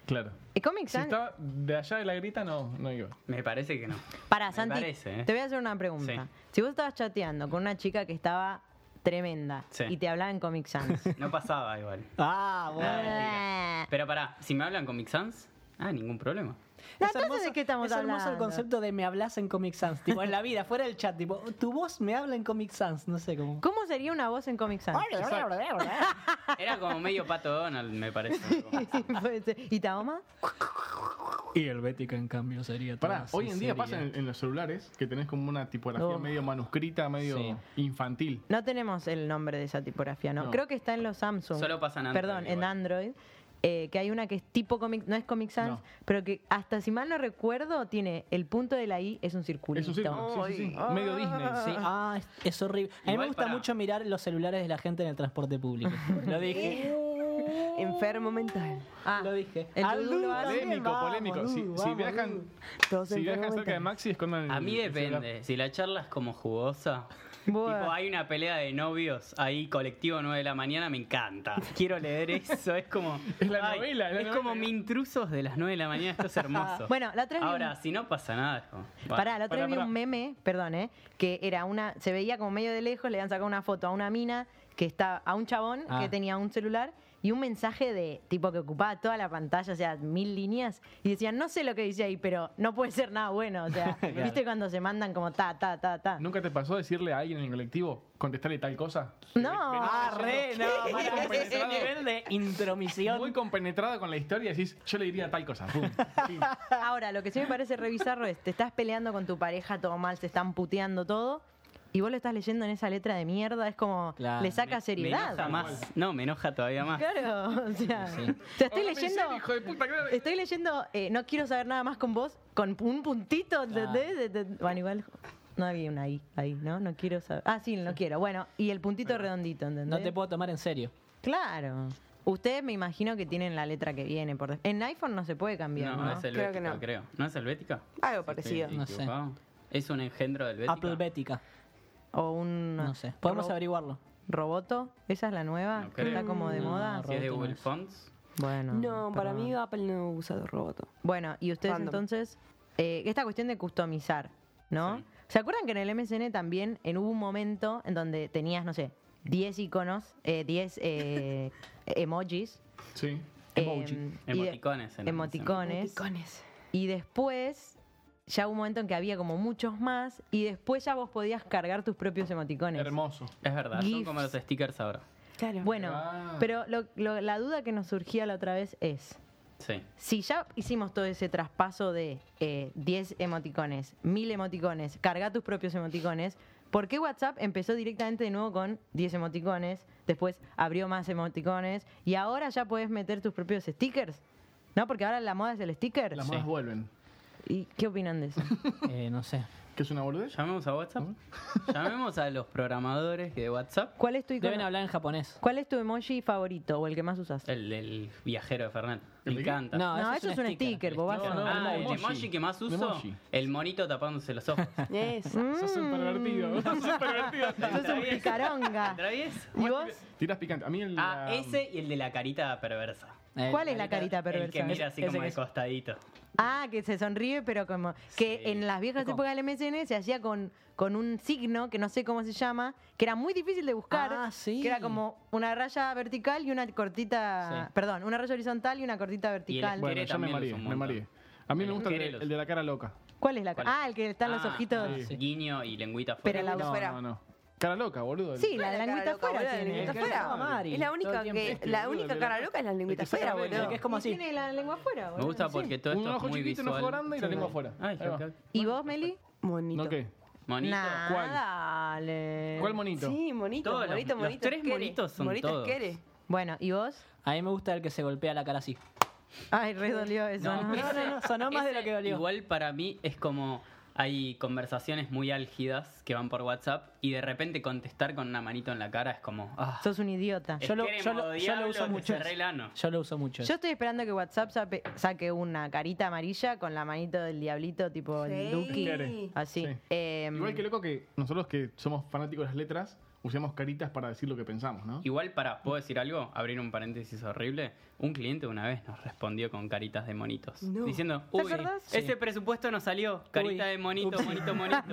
Speaker 3: Claro.
Speaker 5: ¿Y Comic
Speaker 3: Si
Speaker 5: Sans?
Speaker 3: estaba de allá de la grita, no, no iba.
Speaker 6: Me parece que no.
Speaker 5: Pará,
Speaker 6: Me
Speaker 5: Santi,
Speaker 6: parece, ¿eh?
Speaker 5: te voy a hacer una pregunta.
Speaker 6: Sí.
Speaker 5: Si vos estabas chateando con una chica que estaba tremenda
Speaker 6: Sí.
Speaker 5: y te hablaba en Comic
Speaker 6: [LAUGHS]
Speaker 5: Sans. [LAUGHS]
Speaker 6: No pasaba igual.
Speaker 4: [LAUGHS] Ah, bueno.
Speaker 6: Nada, mentira. Pero pará, si me hablan Comic Sans, ah, ningún problema.
Speaker 5: No,
Speaker 4: Es
Speaker 5: entonces,
Speaker 4: hermoso-
Speaker 5: ¿de qué estamos
Speaker 4: es hermoso el
Speaker 5: hablando?
Speaker 4: concepto de me hablas en Comic Sans. Tipo, en la vida, fuera del chat. Tipo, tu voz me habla en Comic Sans. No sé cómo.
Speaker 5: ¿Cómo sería una voz en Comic Sans?
Speaker 6: Era como medio pato Donald, me parece.
Speaker 5: Puede ser. ¿Y Taoma?
Speaker 4: Y el Bética, en cambio, sería.
Speaker 3: Pará, hoy en día pasa en, en los celulares que tenés como una tipografía
Speaker 5: No.
Speaker 3: medio manuscrita, medio
Speaker 4: Sí.
Speaker 3: infantil.
Speaker 5: No tenemos el nombre de esa tipografía, ¿no?
Speaker 3: No.
Speaker 5: Creo que está en los Samsung.
Speaker 6: Solo pasa en Android
Speaker 5: Perdón, en
Speaker 6: igual.
Speaker 5: Android. eh, que hay una que es tipo Comic, no es Comic Sans,
Speaker 3: No.
Speaker 5: pero que hasta si mal no recuerdo, tiene el punto de la I es un circulito.
Speaker 3: Es un círculo, sí, sí, sí. Medio Disney.
Speaker 4: Sí, ah, es, es horrible. A mí
Speaker 6: Igual
Speaker 4: me gusta
Speaker 6: para-
Speaker 4: mucho mirar los celulares de la gente en el transporte público.
Speaker 7: [LAUGHS]
Speaker 4: Lo dije.
Speaker 7: Enfermo mental.
Speaker 5: Ah,
Speaker 4: Lo dije.
Speaker 5: El
Speaker 4: Ah,
Speaker 5: Dudu
Speaker 4: Dudu
Speaker 5: lo hace.
Speaker 4: también,
Speaker 3: [LAUGHS] Polémico,
Speaker 4: vamos,
Speaker 3: polémico.
Speaker 4: Dudu,
Speaker 3: Si, si
Speaker 4: vamos,
Speaker 3: viajan,
Speaker 7: Todos
Speaker 3: si viajan cerca
Speaker 7: enfermos
Speaker 3: de
Speaker 7: mentales.
Speaker 3: Maxi, escondan el
Speaker 6: A mí
Speaker 3: el celular.
Speaker 6: depende. Si la charla es como jugosa,
Speaker 5: Buah.
Speaker 6: tipo hay una pelea de novios ahí, colectivo 9 de la mañana, me encanta. Quiero leer eso. Es como.
Speaker 3: Es la novela, es la
Speaker 6: es
Speaker 3: novela.
Speaker 6: como mi intrusos de las 9 de la mañana. Esto es
Speaker 5: [LAUGHS]
Speaker 6: hermoso.
Speaker 5: Bueno, la otra vez vi
Speaker 6: Ahora,
Speaker 5: un-
Speaker 6: si no pasa nada, es como. bueno.
Speaker 5: Pará, la otra
Speaker 3: Pará,
Speaker 5: vez vi
Speaker 3: pará.
Speaker 5: un meme, perdón, ¿eh? Que era una. Se veía como medio de lejos, le habían sacado una foto a una mina que está. a un chabón
Speaker 4: Ah.
Speaker 5: que tenía un celular y un mensaje de tipo que ocupaba toda la pantalla, o sea, mil líneas. Y decían, no sé lo que dice ahí, pero no puede ser nada bueno. O sea, ¿viste cuando se mandan como ta, ta, ta, ta?
Speaker 3: ¿Nunca te pasó decirle a alguien en el colectivo, contestarle tal cosa?
Speaker 5: No.
Speaker 4: Ah, re,
Speaker 3: [LAUGHS]
Speaker 4: no, para, ese es el
Speaker 5: [LAUGHS]
Speaker 3: Compenetrado.
Speaker 4: nivel de intromisión.
Speaker 3: Muy compenetrada con la historia, decís, yo le diría tal cosa. pum. Sí.
Speaker 5: Ahora, lo que sí me parece revisarlo es, te estás peleando con tu pareja, todo mal, se están puteando todo, y vos lo estás leyendo en esa letra de mierda, es como,
Speaker 4: Claro,
Speaker 5: le saca
Speaker 6: Me- Me
Speaker 5: seriedad.
Speaker 6: enoja más. No, me enoja todavía más.
Speaker 5: Claro, [LAUGHS] o sea, o sea, estoy
Speaker 3: Ahora Oh, me
Speaker 5: leyendo,
Speaker 3: dicen, hijo de puta, claro.
Speaker 5: estoy leyendo, eh, no quiero saber nada más con vos, con un puntito, ¿entendés? De- de- bueno, igual no había una ahí, ahí, ¿no? No quiero saber. Ah, sí, no quiero. Bueno, y el puntito redondito, ¿entendés?
Speaker 4: No te puedo tomar en serio.
Speaker 5: Claro. Ustedes me imagino que tienen la letra que viene. Por... de- En iPhone no se puede cambiar,
Speaker 6: No,
Speaker 5: ¿no?
Speaker 6: es
Speaker 7: el-
Speaker 6: helvética,
Speaker 7: Creo que
Speaker 6: creo,
Speaker 7: no.
Speaker 6: ¿No es helvética?
Speaker 7: Algo parecido.
Speaker 6: Estoy
Speaker 4: No sé.
Speaker 6: equivocado. ¿Es un engendro del Bética?
Speaker 4: Apple Bética.
Speaker 5: O un...
Speaker 4: No sé. Podemos
Speaker 5: ro-
Speaker 4: averiguarlo.
Speaker 5: ¿Roboto? ¿Esa es la nueva?
Speaker 6: No
Speaker 5: que
Speaker 6: creo.
Speaker 5: ¿Está como de
Speaker 4: No,
Speaker 5: moda?
Speaker 6: Si es de
Speaker 4: Robotina
Speaker 6: Google
Speaker 4: es.
Speaker 6: Fonts.
Speaker 5: Bueno.
Speaker 7: No, para
Speaker 5: perdón.
Speaker 7: mí Apple no usa roboto.
Speaker 5: Bueno, y ustedes
Speaker 7: Random.
Speaker 5: entonces, eh, esta cuestión de customizar, ¿no?
Speaker 6: Sí.
Speaker 5: ¿Se acuerdan que en el MSN también en, hubo un momento en donde tenías, no sé, 10 iconos, eh, 10
Speaker 7: [LAUGHS]
Speaker 5: eh, emojis?
Speaker 3: [LAUGHS] Sí.
Speaker 5: eh, y de-
Speaker 6: Emoticones. en el
Speaker 5: emoticones. Y después, ya hubo un momento en que había como muchos más, y después ya vos podías cargar tus propios emoticones.
Speaker 3: Hermoso.
Speaker 6: Es verdad, son
Speaker 5: GIFs.
Speaker 6: como los stickers ahora.
Speaker 7: Claro.
Speaker 5: Bueno,
Speaker 3: Ah.
Speaker 5: pero lo- lo- la duda que nos surgía la otra vez es,
Speaker 6: Sí.
Speaker 5: si ya hicimos todo ese traspaso de eh, 10 emoticones, 1000 emoticones, carga tus propios emoticones, ¿por qué WhatsApp empezó directamente de nuevo con 10 emoticones, después abrió más emoticones y ahora ya puedes meter tus propios stickers? No, porque ahora la moda es el sticker.
Speaker 3: Las
Speaker 6: Sí.
Speaker 3: modas vuelven.
Speaker 5: ¿Y qué opinan de eso?
Speaker 4: Eh, no sé.
Speaker 3: ¿Qué es una boludez?
Speaker 6: Llamemos a WhatsApp. [LAUGHS] Llamemos a los programadores de WhatsApp.
Speaker 5: ¿Cuál es tu icono-
Speaker 4: Deben hablar en japonés.
Speaker 5: ¿Cuál es tu emoji favorito o el que más usas?
Speaker 6: El del viajero de Fernet. Me
Speaker 3: ¿El de qué?
Speaker 6: encanta.
Speaker 4: No,
Speaker 5: No,
Speaker 4: eso es un sticker.
Speaker 5: bobazo.
Speaker 3: No, no, el
Speaker 6: ah, el emoji.
Speaker 3: emoji
Speaker 6: que más uso.
Speaker 3: Emoji.
Speaker 6: El monito tapándose los ojos.
Speaker 7: Es.
Speaker 3: Sos un pervertido. Sos un pervertido.
Speaker 5: Mm. Sos un picaronga.
Speaker 6: ¿Travieso?
Speaker 5: ¿Y vos?
Speaker 3: Tiras picante. A mí el.
Speaker 6: Ah,
Speaker 3: la-
Speaker 6: ese y el de la carita perversa.
Speaker 4: Eh,
Speaker 5: ¿Cuál es la carita
Speaker 6: El que
Speaker 5: perversa?
Speaker 6: mira así
Speaker 4: Ese
Speaker 6: como
Speaker 4: que
Speaker 6: de
Speaker 4: es-
Speaker 6: costadito.
Speaker 5: Ah, que se sonríe, pero como que
Speaker 6: Sí.
Speaker 5: en las viejas
Speaker 4: ¿Cómo?
Speaker 5: épocas del MSN se hacía con, con un signo que no sé cómo se llama, que era muy difícil de buscar,
Speaker 4: Ah, sí.
Speaker 5: que era como una raya vertical y una cortita,
Speaker 6: Sí.
Speaker 5: perdón, una raya horizontal y una cortita vertical.
Speaker 6: esqueleto.
Speaker 3: Bueno, ya me
Speaker 6: también
Speaker 3: mareé,
Speaker 6: usa un
Speaker 3: me
Speaker 6: montón.
Speaker 3: mareé. A mí
Speaker 6: El
Speaker 3: me gusta el de,
Speaker 6: esqueleto.
Speaker 3: el de la cara loca.
Speaker 5: ¿Cuál es la?
Speaker 6: ¿Cuál?
Speaker 5: Ah, el que están los
Speaker 6: Ah,
Speaker 5: ojitos.
Speaker 6: ah, sí. Guiño y lengüita
Speaker 5: Pero
Speaker 6: fuera.
Speaker 5: la
Speaker 7: No, fuera.
Speaker 3: No, no. Cara loca, boludo.
Speaker 5: Sí, la de la
Speaker 7: cara
Speaker 5: lengüita
Speaker 7: loca,
Speaker 5: afuera
Speaker 7: boludo, la
Speaker 5: tiene.
Speaker 7: lengüita
Speaker 4: El que
Speaker 7: afuera.
Speaker 4: saca Mari,
Speaker 7: Es la
Speaker 4: todo el
Speaker 7: única
Speaker 4: tiempo.
Speaker 7: que
Speaker 3: Este,
Speaker 7: la
Speaker 3: boludo,
Speaker 7: única
Speaker 3: de
Speaker 7: cara
Speaker 3: la-
Speaker 7: loca es la lengüita
Speaker 3: el que saca
Speaker 7: afuera,
Speaker 3: la lengua.
Speaker 7: boludo.
Speaker 4: Que es como
Speaker 5: Y
Speaker 4: así.
Speaker 5: Tiene la lengua afuera,
Speaker 6: Me
Speaker 5: boludo.
Speaker 6: gusta porque todo
Speaker 3: Un
Speaker 6: esto
Speaker 3: ojo
Speaker 6: es muy
Speaker 3: chiquito, un
Speaker 6: visual.
Speaker 3: ojo grande y la lengua afuera.
Speaker 6: Ay,
Speaker 3: Ahí va.
Speaker 6: ok.
Speaker 5: ¿Y vos, Meli?
Speaker 7: Monito.
Speaker 3: ¿No qué?
Speaker 6: Monito.
Speaker 5: Nah,
Speaker 3: ¿Cuál?
Speaker 5: dale.
Speaker 3: ¿Cuál monito?
Speaker 7: Sí, monito,
Speaker 6: Todos los-
Speaker 7: monito,
Speaker 6: los
Speaker 7: monito.
Speaker 6: tres
Speaker 7: es Kere.
Speaker 6: monitos son
Speaker 7: Monito es
Speaker 6: todos.
Speaker 7: Kere.
Speaker 5: Bueno, ¿y vos?
Speaker 4: A mí me gusta el que se golpea la cara así.
Speaker 5: Ay, re dolió eso, ¿no?
Speaker 4: no, no, no, sonó más de lo que dolió.
Speaker 6: Igual para mí es como hay conversaciones muy álgidas que van por WhatsApp y de repente contestar con una manito en la cara es como. Ah,
Speaker 5: Sos un idiota.
Speaker 4: Yo lo,
Speaker 6: Es que
Speaker 4: yo,
Speaker 6: modo
Speaker 4: lo, yo
Speaker 6: diablo,
Speaker 4: lo uso
Speaker 6: te
Speaker 4: mucho.
Speaker 6: cerré el ano.
Speaker 4: Yo lo uso mucho.
Speaker 5: Yo estoy esperando que WhatsApp sape- saque una carita amarilla con la manito del diablito, tipo el
Speaker 7: Sí.
Speaker 5: Duki.
Speaker 7: Quiere.
Speaker 5: Así. [LAUGHS]
Speaker 3: Sí.
Speaker 5: Em,
Speaker 3: Igual que loco que nosotros que somos fanáticos de las letras, usamos caritas para decir lo que pensamos, ¿no?
Speaker 6: Igual para, ¿puedo decir algo? Abrir un paréntesis horrible. Un cliente una vez nos respondió con caritas de monitos.
Speaker 7: No.
Speaker 6: Diciendo,
Speaker 5: ¿Te
Speaker 6: uy,
Speaker 5: acordás?
Speaker 6: ese presupuesto nos salió. Carita
Speaker 4: Uy.
Speaker 6: de monito, monito, monito.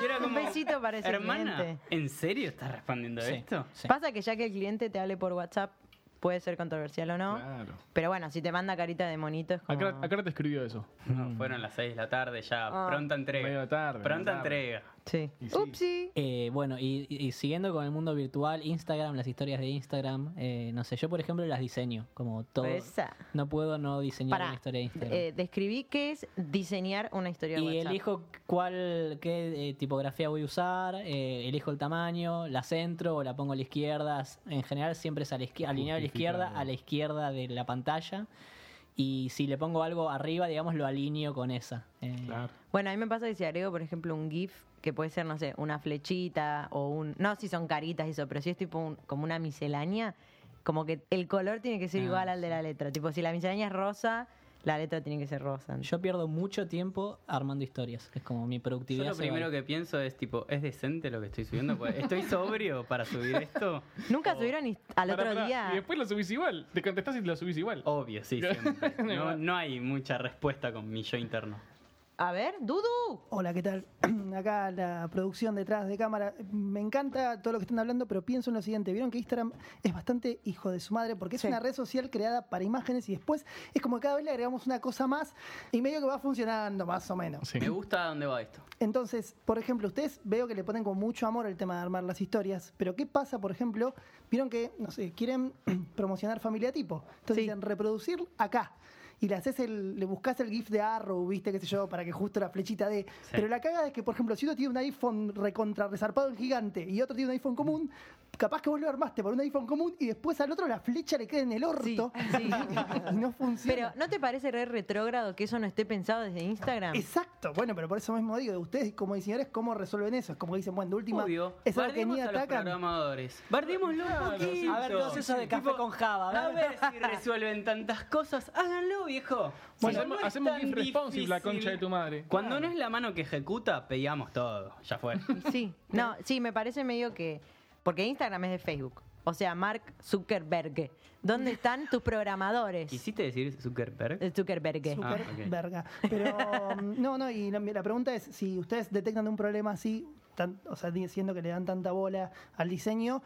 Speaker 6: Y era
Speaker 5: Un besito para ese
Speaker 6: Hermana,
Speaker 5: cliente".
Speaker 6: ¿en serio estás respondiendo
Speaker 4: Sí,
Speaker 6: esto?
Speaker 4: sí.
Speaker 5: Pasa que ya que el cliente te hable por WhatsApp, puede ser controversial o no.
Speaker 3: Claro.
Speaker 5: Pero bueno, si te manda carita de monito es como...
Speaker 3: Acá, acá te escribió eso.
Speaker 4: Mm.
Speaker 6: No, fueron las 6 de la tarde ya.
Speaker 5: Ah.
Speaker 6: Pronta entrega.
Speaker 3: Media tarde,
Speaker 6: Pronta
Speaker 3: tarde.
Speaker 6: entrega.
Speaker 5: [LAUGHS] Sí.
Speaker 3: Y sí.
Speaker 5: Upsi.
Speaker 4: Eh, bueno, y, y- y siguiendo con el mundo virtual, Instagram, las historias de Instagram, eh, no sé, yo por ejemplo las diseño, como todo.
Speaker 5: Pues Esa.
Speaker 4: No puedo no diseñar
Speaker 5: Pará.
Speaker 4: una historia de Instagram.
Speaker 5: Eh, describí qué es diseñar una historia de
Speaker 4: y
Speaker 5: WhatsApp.
Speaker 4: elijo cuál, qué eh, tipografía voy a usar, eh, elijo el tamaño, la centro o la pongo a la izquierda. En general siempre es a la izquierda, alineado a la izquierda,
Speaker 3: Justificado.
Speaker 4: a la izquierda de la pantalla. Y si le pongo algo arriba, digamos, lo alineo con esa. Eh,
Speaker 3: Claro.
Speaker 5: Bueno, a mí me pasa que si agrego, por ejemplo, un GIF, que puede ser, no sé, una flechita o un... No, si son caritas y eso, pero si es tipo un- como una miscelánea, como que el color tiene que ser
Speaker 4: Ah,
Speaker 5: igual al de la letra. Tipo, si la miscelánea es rosa, la letra tiene que ser rosa.
Speaker 4: Yo pierdo mucho tiempo armando historias. Es como mi
Speaker 6: Yo
Speaker 4: productividad.
Speaker 6: lo
Speaker 4: se va
Speaker 6: primero
Speaker 4: ahí.
Speaker 6: que pienso es tipo, ¿es decente lo que estoy subiendo? Pues, ¿Estoy sobrio para subir
Speaker 4: [LAUGHS]
Speaker 6: esto?
Speaker 5: [LAUGHS] Nunca subieron his- al
Speaker 3: Pará,
Speaker 5: otro
Speaker 3: pará.
Speaker 5: día...
Speaker 3: Y después lo subís igual. Te contestás y lo subís igual. [LAUGHS]
Speaker 6: Obvio, sí, siempre. No, no hay mucha respuesta con mi yo interno.
Speaker 5: A ver, Dudu.
Speaker 9: Hola, ¿qué tal? [CLEARS THROAT] Acá la producción detrás de cámara. Me encanta todo lo que están hablando, pero pienso en lo siguiente. Vieron que Instagram es bastante hijo de su madre porque es una red social creada para imágenes y después es como que cada vez le agregamos una cosa más y medio que va funcionando más o menos.
Speaker 3: Sí.
Speaker 6: Me gusta dónde va esto.
Speaker 9: Entonces, por ejemplo, ustedes veo que le ponen con mucho amor el tema de armar las historias, pero ¿qué pasa, por ejemplo? Vieron que, no sé, quieren [CLEARS THROAT] promocionar familia tipo. Entonces dicen, reproducir acá. Y le, haces el, le buscas el GIF de Arrow, viste, qué sé yo, para que justo la flechita de... Pero la cagada es que, por ejemplo, si uno tiene un iPhone recontra resarpado el gigante y otro tiene un iPhone común, capaz que vos lo armaste por un iPhone común y después al otro la flecha le queda en el orto [LAUGHS] y no
Speaker 5: Pero,
Speaker 9: funciona.
Speaker 5: ¿no te parece re retrógrado que eso no esté pensado desde Instagram?
Speaker 9: Exacto, bueno, pero por eso mismo digo, de ustedes como diseñadores, ¿cómo resuelven eso? Es como que dicen, bueno, de última,
Speaker 6: Obvio.
Speaker 9: es algo que
Speaker 6: Bardemos
Speaker 9: ni
Speaker 6: a los
Speaker 9: atacan.
Speaker 6: programadores. Bardémoslo un poquito.
Speaker 4: A ver, ¿qué es eso de café
Speaker 6: Tipo,
Speaker 4: con Java?
Speaker 6: A ver
Speaker 3: [LAUGHS]
Speaker 6: si resuelven tantas cosas. Háganlo, viejo.
Speaker 3: Bueno,
Speaker 6: Si no
Speaker 3: hacemos-
Speaker 6: es
Speaker 3: hacemos
Speaker 6: tan
Speaker 3: GIF responsive, la
Speaker 6: difícil.
Speaker 3: concha de tu madre.
Speaker 6: Cuando no es la mano que ejecuta, pegamos todo.
Speaker 5: [LAUGHS]
Speaker 6: Ya fue.
Speaker 5: Sí, no, sí, me parece medio que. Porque Instagram es de Facebook. O sea, Mark Zuckerberg. ¿Dónde están tus programadores?
Speaker 6: ¿Quisiste decir Zuckerberg?
Speaker 5: Eh, Zuckerberg.
Speaker 9: Super
Speaker 6: Ah, ok.
Speaker 9: verga. Pero mm, no, no, y la, la pregunta es si ustedes detectan un problema así, tan- o sea, diciendo que le dan tanta bola al diseño,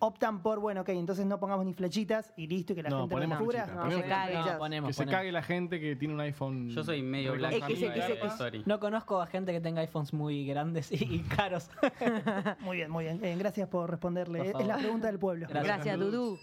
Speaker 9: optan por, bueno, ok, entonces no pongamos ni flechitas y listo, y que la
Speaker 3: No,
Speaker 9: gente lo
Speaker 3: ponemos
Speaker 9: descubra.
Speaker 3: flechitas.
Speaker 9: No,
Speaker 3: Ponemos
Speaker 9: sí,
Speaker 5: flechitas.
Speaker 9: flechitas.
Speaker 4: No, ponemos,
Speaker 3: que se
Speaker 4: ponemos.
Speaker 3: cague la gente que tiene un iPhone.
Speaker 6: Yo soy medio
Speaker 3: recontra
Speaker 6: blanco.
Speaker 5: XXX.
Speaker 6: arriba de la sorry.
Speaker 4: No conozco a gente que tenga iPhones muy grandes y, y caros.
Speaker 9: Muy bien, muy bien. Eh, gracias por responderle.
Speaker 4: Por
Speaker 9: Es- es la
Speaker 4: favor.
Speaker 9: pregunta del pueblo.
Speaker 4: Gracias.
Speaker 5: Gracias, Dudu.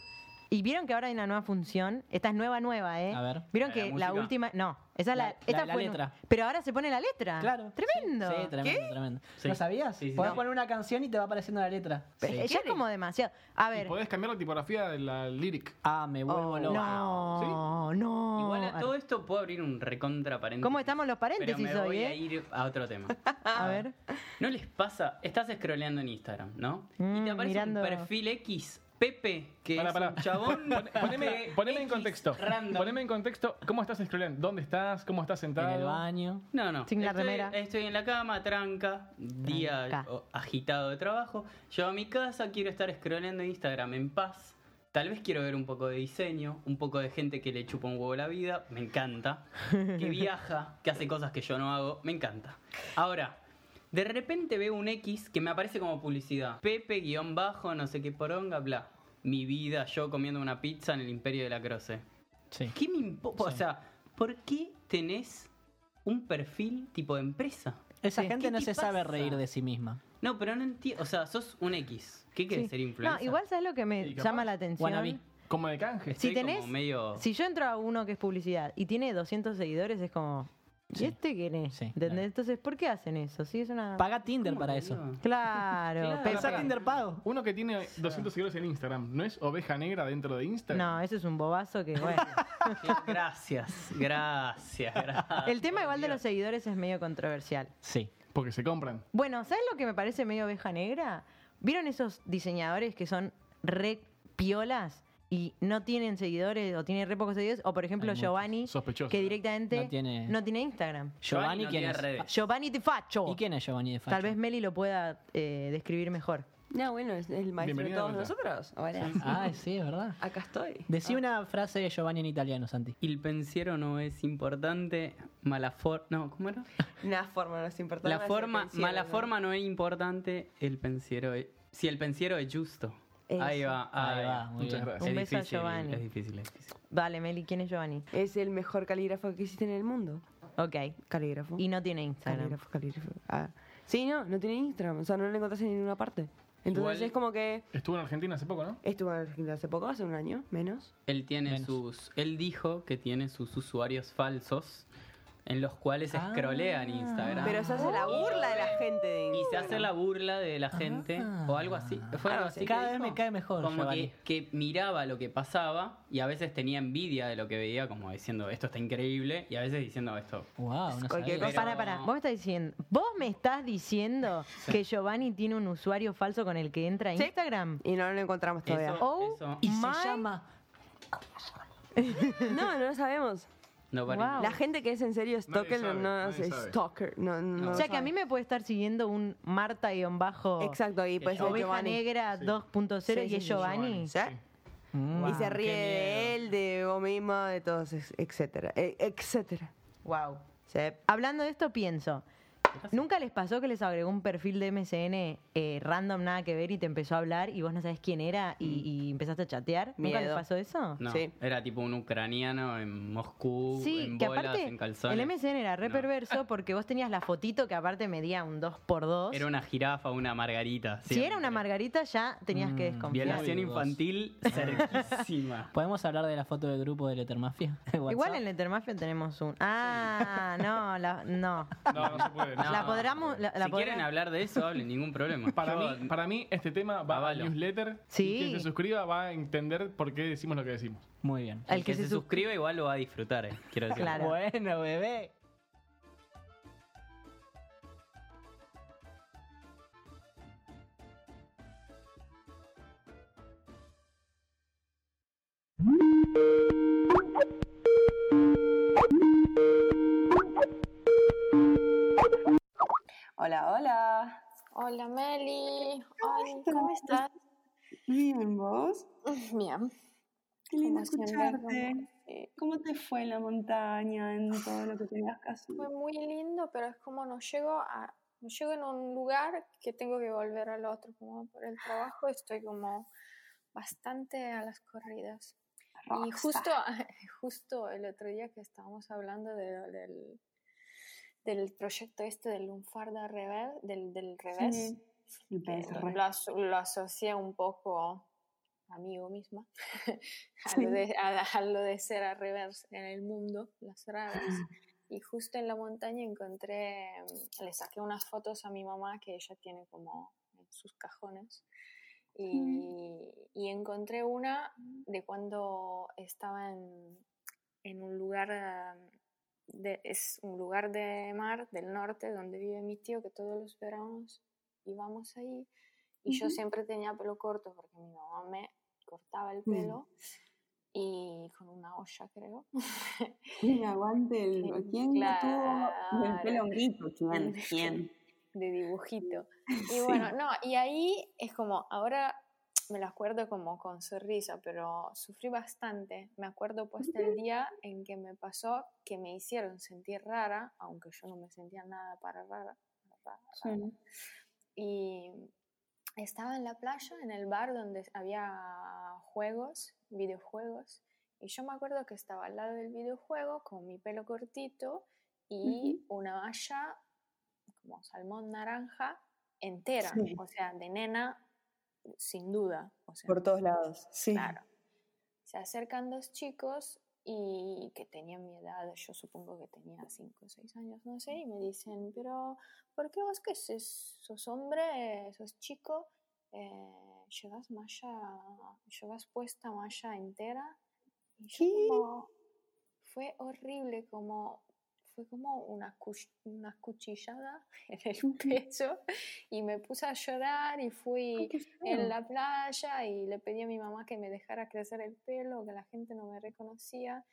Speaker 5: Y vieron que ahora hay una nueva función. Esta es nueva, nueva, ¿eh?
Speaker 4: A ver.
Speaker 5: Vieron
Speaker 6: ¿La de
Speaker 5: que
Speaker 6: la
Speaker 5: la,
Speaker 6: música?
Speaker 5: última. No, esa es
Speaker 4: La-
Speaker 5: la.
Speaker 4: la
Speaker 5: esta
Speaker 4: de la
Speaker 5: fue nu-
Speaker 4: letra.
Speaker 5: Pero ahora se pone la letra.
Speaker 4: Claro.
Speaker 5: Tremendo.
Speaker 4: Sí, tremendo,
Speaker 5: ¿Qué?
Speaker 4: tremendo.
Speaker 6: Sí.
Speaker 4: ¿Lo sabías?
Speaker 6: Sí, sí,
Speaker 4: Podés
Speaker 6: sí.
Speaker 4: poner una canción y te va apareciendo la letra.
Speaker 5: Pero
Speaker 4: Sí.
Speaker 5: ya es como demasiado. A
Speaker 3: Y
Speaker 5: ver.
Speaker 3: podés cambiar la tipografía de la lyric.
Speaker 4: Ah, me vuelvo
Speaker 5: Oh,
Speaker 4: loco.
Speaker 5: no, no.
Speaker 6: Igual a todo esto puedo abrir un recontra paréntesis.
Speaker 5: ¿Cómo estamos los paréntesis
Speaker 6: pero me
Speaker 5: hoy,
Speaker 6: voy
Speaker 5: eh?
Speaker 6: a ir a
Speaker 5: [LAUGHS]
Speaker 6: otro tema.
Speaker 5: A ver.
Speaker 6: ¿No les pasa? Estás scrolleando en Instagram, ¿no? y
Speaker 5: Mm,
Speaker 6: te aparece
Speaker 5: mirando.
Speaker 6: un perfil X, Pepe, que
Speaker 3: Pará,
Speaker 6: es
Speaker 3: pará.
Speaker 6: un
Speaker 3: [LAUGHS]
Speaker 6: chabón.
Speaker 3: Poneme,
Speaker 6: que
Speaker 3: poneme en
Speaker 6: X
Speaker 3: contexto.
Speaker 6: random.
Speaker 3: Poneme en contexto. ¿Cómo estás scrollando? ¿Dónde estás? ¿Cómo estás
Speaker 4: En
Speaker 3: sentado?
Speaker 4: el baño.
Speaker 6: No, no.
Speaker 5: Sin la
Speaker 6: estoy,
Speaker 5: remera.
Speaker 6: Estoy en la cama, tranca, día
Speaker 5: Tranca.
Speaker 6: o- agitado de trabajo. Yo a mi casa, quiero estar scrolleando en Instagram en paz. Tal vez quiero ver un poco de diseño, un poco de gente que le chupa un huevo la vida, me encanta.
Speaker 5: [LAUGHS]
Speaker 6: Que viaja, que hace cosas que yo no hago, me encanta. Ahora, de repente veo un X que me aparece como publicidad. Pepe guión bajo, no sé qué poronga, bla. Mi vida, yo comiendo una pizza en el Imperio de la Croce.
Speaker 4: Sí.
Speaker 6: ¿Qué me importa? O sea, ¿por qué tenés un perfil tipo de empresa?
Speaker 4: Esa
Speaker 5: Sí.
Speaker 4: gente
Speaker 6: ¿Qué
Speaker 4: no
Speaker 6: te
Speaker 4: se sabe
Speaker 6: pasa?
Speaker 4: reír de sí misma.
Speaker 6: No, pero no entiendo. O sea, sos un X. ¿Qué querés
Speaker 5: Sí.
Speaker 6: ser influencer?
Speaker 5: No, igual sabes lo que me
Speaker 3: Y capaz,
Speaker 5: llama la atención.
Speaker 4: wannabe.
Speaker 3: Como de canje.
Speaker 5: Si
Speaker 6: Estoy
Speaker 5: tenés,
Speaker 6: como medio-
Speaker 5: si yo entro a uno que es publicidad y tiene 200 seguidores, es como, ¿y
Speaker 4: Sí.
Speaker 5: este quién es?
Speaker 4: Sí,
Speaker 5: ¿Entendés?
Speaker 4: claro.
Speaker 5: Entonces, ¿por qué hacen eso? Si es una...
Speaker 4: Paga Tinder para eso.
Speaker 6: boludo?
Speaker 5: Claro,
Speaker 6: Claro.
Speaker 5: pero-
Speaker 4: Pensá
Speaker 6: [LAUGHS]
Speaker 4: Tinder pago.
Speaker 3: Uno que tiene 200 seguidores en Instagram. ¿No es oveja negra dentro de Instagram?
Speaker 5: No, eso es un bobazo que,
Speaker 3: [LAUGHS]
Speaker 5: bueno.
Speaker 6: Gracias, gracias, gracias.
Speaker 5: El tema igual de los seguidores es medio controversial.
Speaker 4: Sí.
Speaker 3: Porque se compran.
Speaker 5: Bueno, ¿sabes lo que me parece medio oveja negra? ¿Vieron esos diseñadores que son re piolas y no tienen seguidores o tienen re pocos seguidores? O por ejemplo
Speaker 4: Hay muchos.
Speaker 5: Giovanni,
Speaker 3: Sospechoso.
Speaker 5: que directamente
Speaker 4: No tiene-
Speaker 5: no tiene Instagram.
Speaker 4: Giovanni,
Speaker 6: Giovanni no
Speaker 4: ¿quién
Speaker 6: tiene
Speaker 4: es?
Speaker 6: redes.
Speaker 5: Giovanni Te Facho.
Speaker 4: ¿Y quién es Giovanni de Facho?
Speaker 5: Tal vez Meli lo pueda eh, describir mejor.
Speaker 7: No, bueno, es el maestro de
Speaker 3: Bienvenida
Speaker 7: todos
Speaker 3: de vuelta.
Speaker 7: nosotros. Hola.
Speaker 4: Ah, sí, es verdad.
Speaker 7: Acá estoy.
Speaker 4: Decí
Speaker 6: Ah,
Speaker 4: una frase de Giovanni en italiano, Santi.
Speaker 6: El pensiero no es importante, mala forma. No, ¿cómo era?
Speaker 7: Una forma no es importante.
Speaker 6: La forma,
Speaker 7: es el
Speaker 6: mala
Speaker 7: cielo,
Speaker 6: forma no es importante, el pensiero es. Si el pensiero es justo.
Speaker 7: Eso.
Speaker 6: Ahí va, ahí,
Speaker 4: Ahí va, muy
Speaker 3: Muchas
Speaker 4: bien.
Speaker 3: gracias.
Speaker 5: Un
Speaker 6: Es
Speaker 5: beso a
Speaker 6: difícil,
Speaker 5: Giovanni.
Speaker 6: Es difícil, es difícil.
Speaker 5: Vale, Meli, ¿quién es Giovanni?
Speaker 7: ¿no? Es el mejor calígrafo que existe en el mundo.
Speaker 5: Ok.
Speaker 7: Calígrafo.
Speaker 5: Y no tiene Instagram.
Speaker 7: Calígrafo, calígrafo. Ah. Sí, no, no tiene Instagram. O sea, no lo encontrás en ninguna parte. Entonces
Speaker 6: Igual-
Speaker 7: es como que.
Speaker 3: Estuvo en Argentina hace poco, ¿no?
Speaker 7: Estuvo en Argentina hace poco, hace un año, menos.
Speaker 6: Él tiene
Speaker 4: Menos.
Speaker 6: sus. Él dijo que tiene sus usuarios falsos en los cuales
Speaker 4: Ah.
Speaker 6: scrollean Instagram.
Speaker 7: Pero se hace la burla de la gente de
Speaker 6: y
Speaker 7: Instagram.
Speaker 6: se hace la burla de la gente
Speaker 4: Ah.
Speaker 6: o algo así. Fue algo
Speaker 7: Ah,
Speaker 6: así que
Speaker 4: Cada vez
Speaker 6: dijo.
Speaker 4: me cae mejor.
Speaker 6: Como
Speaker 4: Giovanni.
Speaker 6: que, que miraba lo que pasaba y a veces tenía envidia de lo que veía, como diciendo esto está increíble, y a veces diciendo esto.
Speaker 4: Wow, no
Speaker 7: cualquier
Speaker 4: sabía.
Speaker 6: cosa.
Speaker 5: Para, para, vos me estás diciendo, vos me estás diciendo que Giovanni tiene un usuario falso con el que entra a
Speaker 7: Sí.
Speaker 5: Instagram.
Speaker 7: Y no lo encontramos todavía.
Speaker 6: Eso-
Speaker 5: Oh,
Speaker 6: eso-
Speaker 4: Y se
Speaker 5: my- [LAUGHS]
Speaker 4: llama.
Speaker 7: No, no lo sabemos.
Speaker 6: No, para
Speaker 5: Wow.
Speaker 7: La gente que es en serio
Speaker 3: Nadie
Speaker 7: stalker
Speaker 3: sabe,
Speaker 7: no
Speaker 3: nadie
Speaker 7: hace
Speaker 3: sabe.
Speaker 7: stalker. No, no, no
Speaker 5: O sea
Speaker 7: sabe.
Speaker 5: que a mí me puede estar siguiendo un Marta y bajo
Speaker 7: Exacto, y pues
Speaker 5: oveja
Speaker 7: Giovanni.
Speaker 5: negra 2.0
Speaker 7: Sí,
Speaker 5: y
Speaker 7: sí,
Speaker 5: es
Speaker 7: sí,
Speaker 5: Giovanni.
Speaker 7: ¿Sí?
Speaker 4: Mm.
Speaker 7: y se ríe
Speaker 6: qué
Speaker 7: de él, de vos mismo, de todos, ex- etcétera. eh, etcétera.
Speaker 5: Wow.
Speaker 7: Sí.
Speaker 5: Hablando de esto pienso, ¿nunca les pasó que les agregó un perfil de MSN eh, random nada que ver y te empezó a hablar y vos no sabés quién era y, y empezaste a chatear? ¿Nunca les
Speaker 7: Miedo.
Speaker 5: pasó eso?
Speaker 6: No,
Speaker 7: Sí.
Speaker 6: era tipo un ucraniano en Moscú,
Speaker 5: Sí,
Speaker 6: en
Speaker 5: que
Speaker 6: bolas,
Speaker 5: aparte
Speaker 6: en calzones.
Speaker 5: el MSN era re
Speaker 6: No.
Speaker 5: perverso porque vos tenías la fotito que aparte medía un 2x2.
Speaker 6: Era una jirafa, una margarita.
Speaker 5: si era una margarita ya tenías que desconfiar.
Speaker 6: Violación
Speaker 4: Muy dudoso.
Speaker 6: infantil
Speaker 4: [LAUGHS]
Speaker 6: cerquísima.
Speaker 4: ¿Podemos hablar de la foto del grupo de Lettermafia? [LAUGHS]
Speaker 5: Igual en Lettermafia tenemos un. Ah, no, la- no.
Speaker 3: No, no se puede.
Speaker 6: No.
Speaker 5: La podremos. La, la
Speaker 6: si
Speaker 5: podrá-
Speaker 6: quieren hablar de eso, hablen, ningún
Speaker 3: [LAUGHS]
Speaker 6: problema.
Speaker 3: Para,
Speaker 6: Yo-
Speaker 3: mí, para mí, este tema va
Speaker 6: Avalo.
Speaker 3: al newsletter.
Speaker 5: Sí.
Speaker 3: Y quien se suscriba va a entender por qué decimos lo que decimos.
Speaker 4: Muy bien.
Speaker 5: El
Speaker 6: el que, se,
Speaker 5: sus-
Speaker 6: suscribe igual lo va a disfrutar, eh, quiero decir.
Speaker 5: Claro.
Speaker 4: Bueno, bebé.
Speaker 7: Hola, hola.
Speaker 10: Hola Meli, Ay, ¿cómo
Speaker 7: pues,
Speaker 10: estás?
Speaker 7: Bien, vos.
Speaker 10: Bien.
Speaker 7: Qué lindo
Speaker 10: Como siempre,
Speaker 7: escucharte.
Speaker 10: eh,
Speaker 7: ¿Cómo te fue en la montaña, en todo lo que tenías que hacer?
Speaker 10: Fue muy lindo, pero es como no llego a llego en un lugar que tengo que volver al otro, como por el trabajo estoy como bastante a las corridas. Y justo, justo el otro día que estábamos hablando de- del, del proyecto este del Lunfarda revés, del, del revés,
Speaker 11: El
Speaker 10: que
Speaker 11: BSR.
Speaker 7: [LAUGHS]
Speaker 10: lo, aso- Eh, lo asocié un poco a mí misma, [LAUGHS] a, lo de, a- a lo de ser al revés en el mundo, las raras. Y justo en la montaña encontré, mm, le saqué unas fotos a mi mamá que ella tiene como en sus cajones. Y, y encontré una de cuando estaba en, en un lugar, eh, de, es un lugar de mar del norte donde vive mi tío, que todos los veranos íbamos ahí. Y yo
Speaker 11: Ujú.
Speaker 10: siempre tenía pelo corto porque mi mamá me cortaba el
Speaker 11: Mm.
Speaker 10: pelo y con una olla, creo. [LAUGHS]
Speaker 11: ¿Quién aguante el. ¿Quién tuvo el
Speaker 10: Claro.
Speaker 11: pelo honguito? ¿Quién?
Speaker 10: [LAUGHS]
Speaker 11: ¿Quién?
Speaker 10: de
Speaker 11: [LAUGHS]
Speaker 10: dibujito. Y bueno, no, y ahí es como, ahora me lo acuerdo como con sonrisa, pero sufrí bastante. Me acuerdo pues el día en que me pasó que me hicieron sentir rara, aunque yo no me sentía nada para rara. para rara. Y estaba en la playa, en el bar donde había juegos, videojuegos. Y yo me acuerdo que estaba al lado del videojuego con mi pelo cortito y una malla como salmón naranja entera,
Speaker 7: Sí.
Speaker 10: o sea, de nena, sin duda. O sea,
Speaker 7: Por todos lados, sí.
Speaker 10: Claro. Se acercan dos chicos y que tenían mi edad, yo supongo que tenía 5 o 6 años, no sé, y me dicen, pero ¿por qué vos que sos, sos hombre, sos chico, eh, llevas malla, llevas puesta malla entera? Y yo como- fue horrible, como fue como una, cuch- una cuchillada [LAUGHS] en el pecho y me puse a llorar y fui
Speaker 11: feo.
Speaker 10: en la playa y le pedí a mi mamá que me dejara crecer el pelo, que la gente no me reconocía.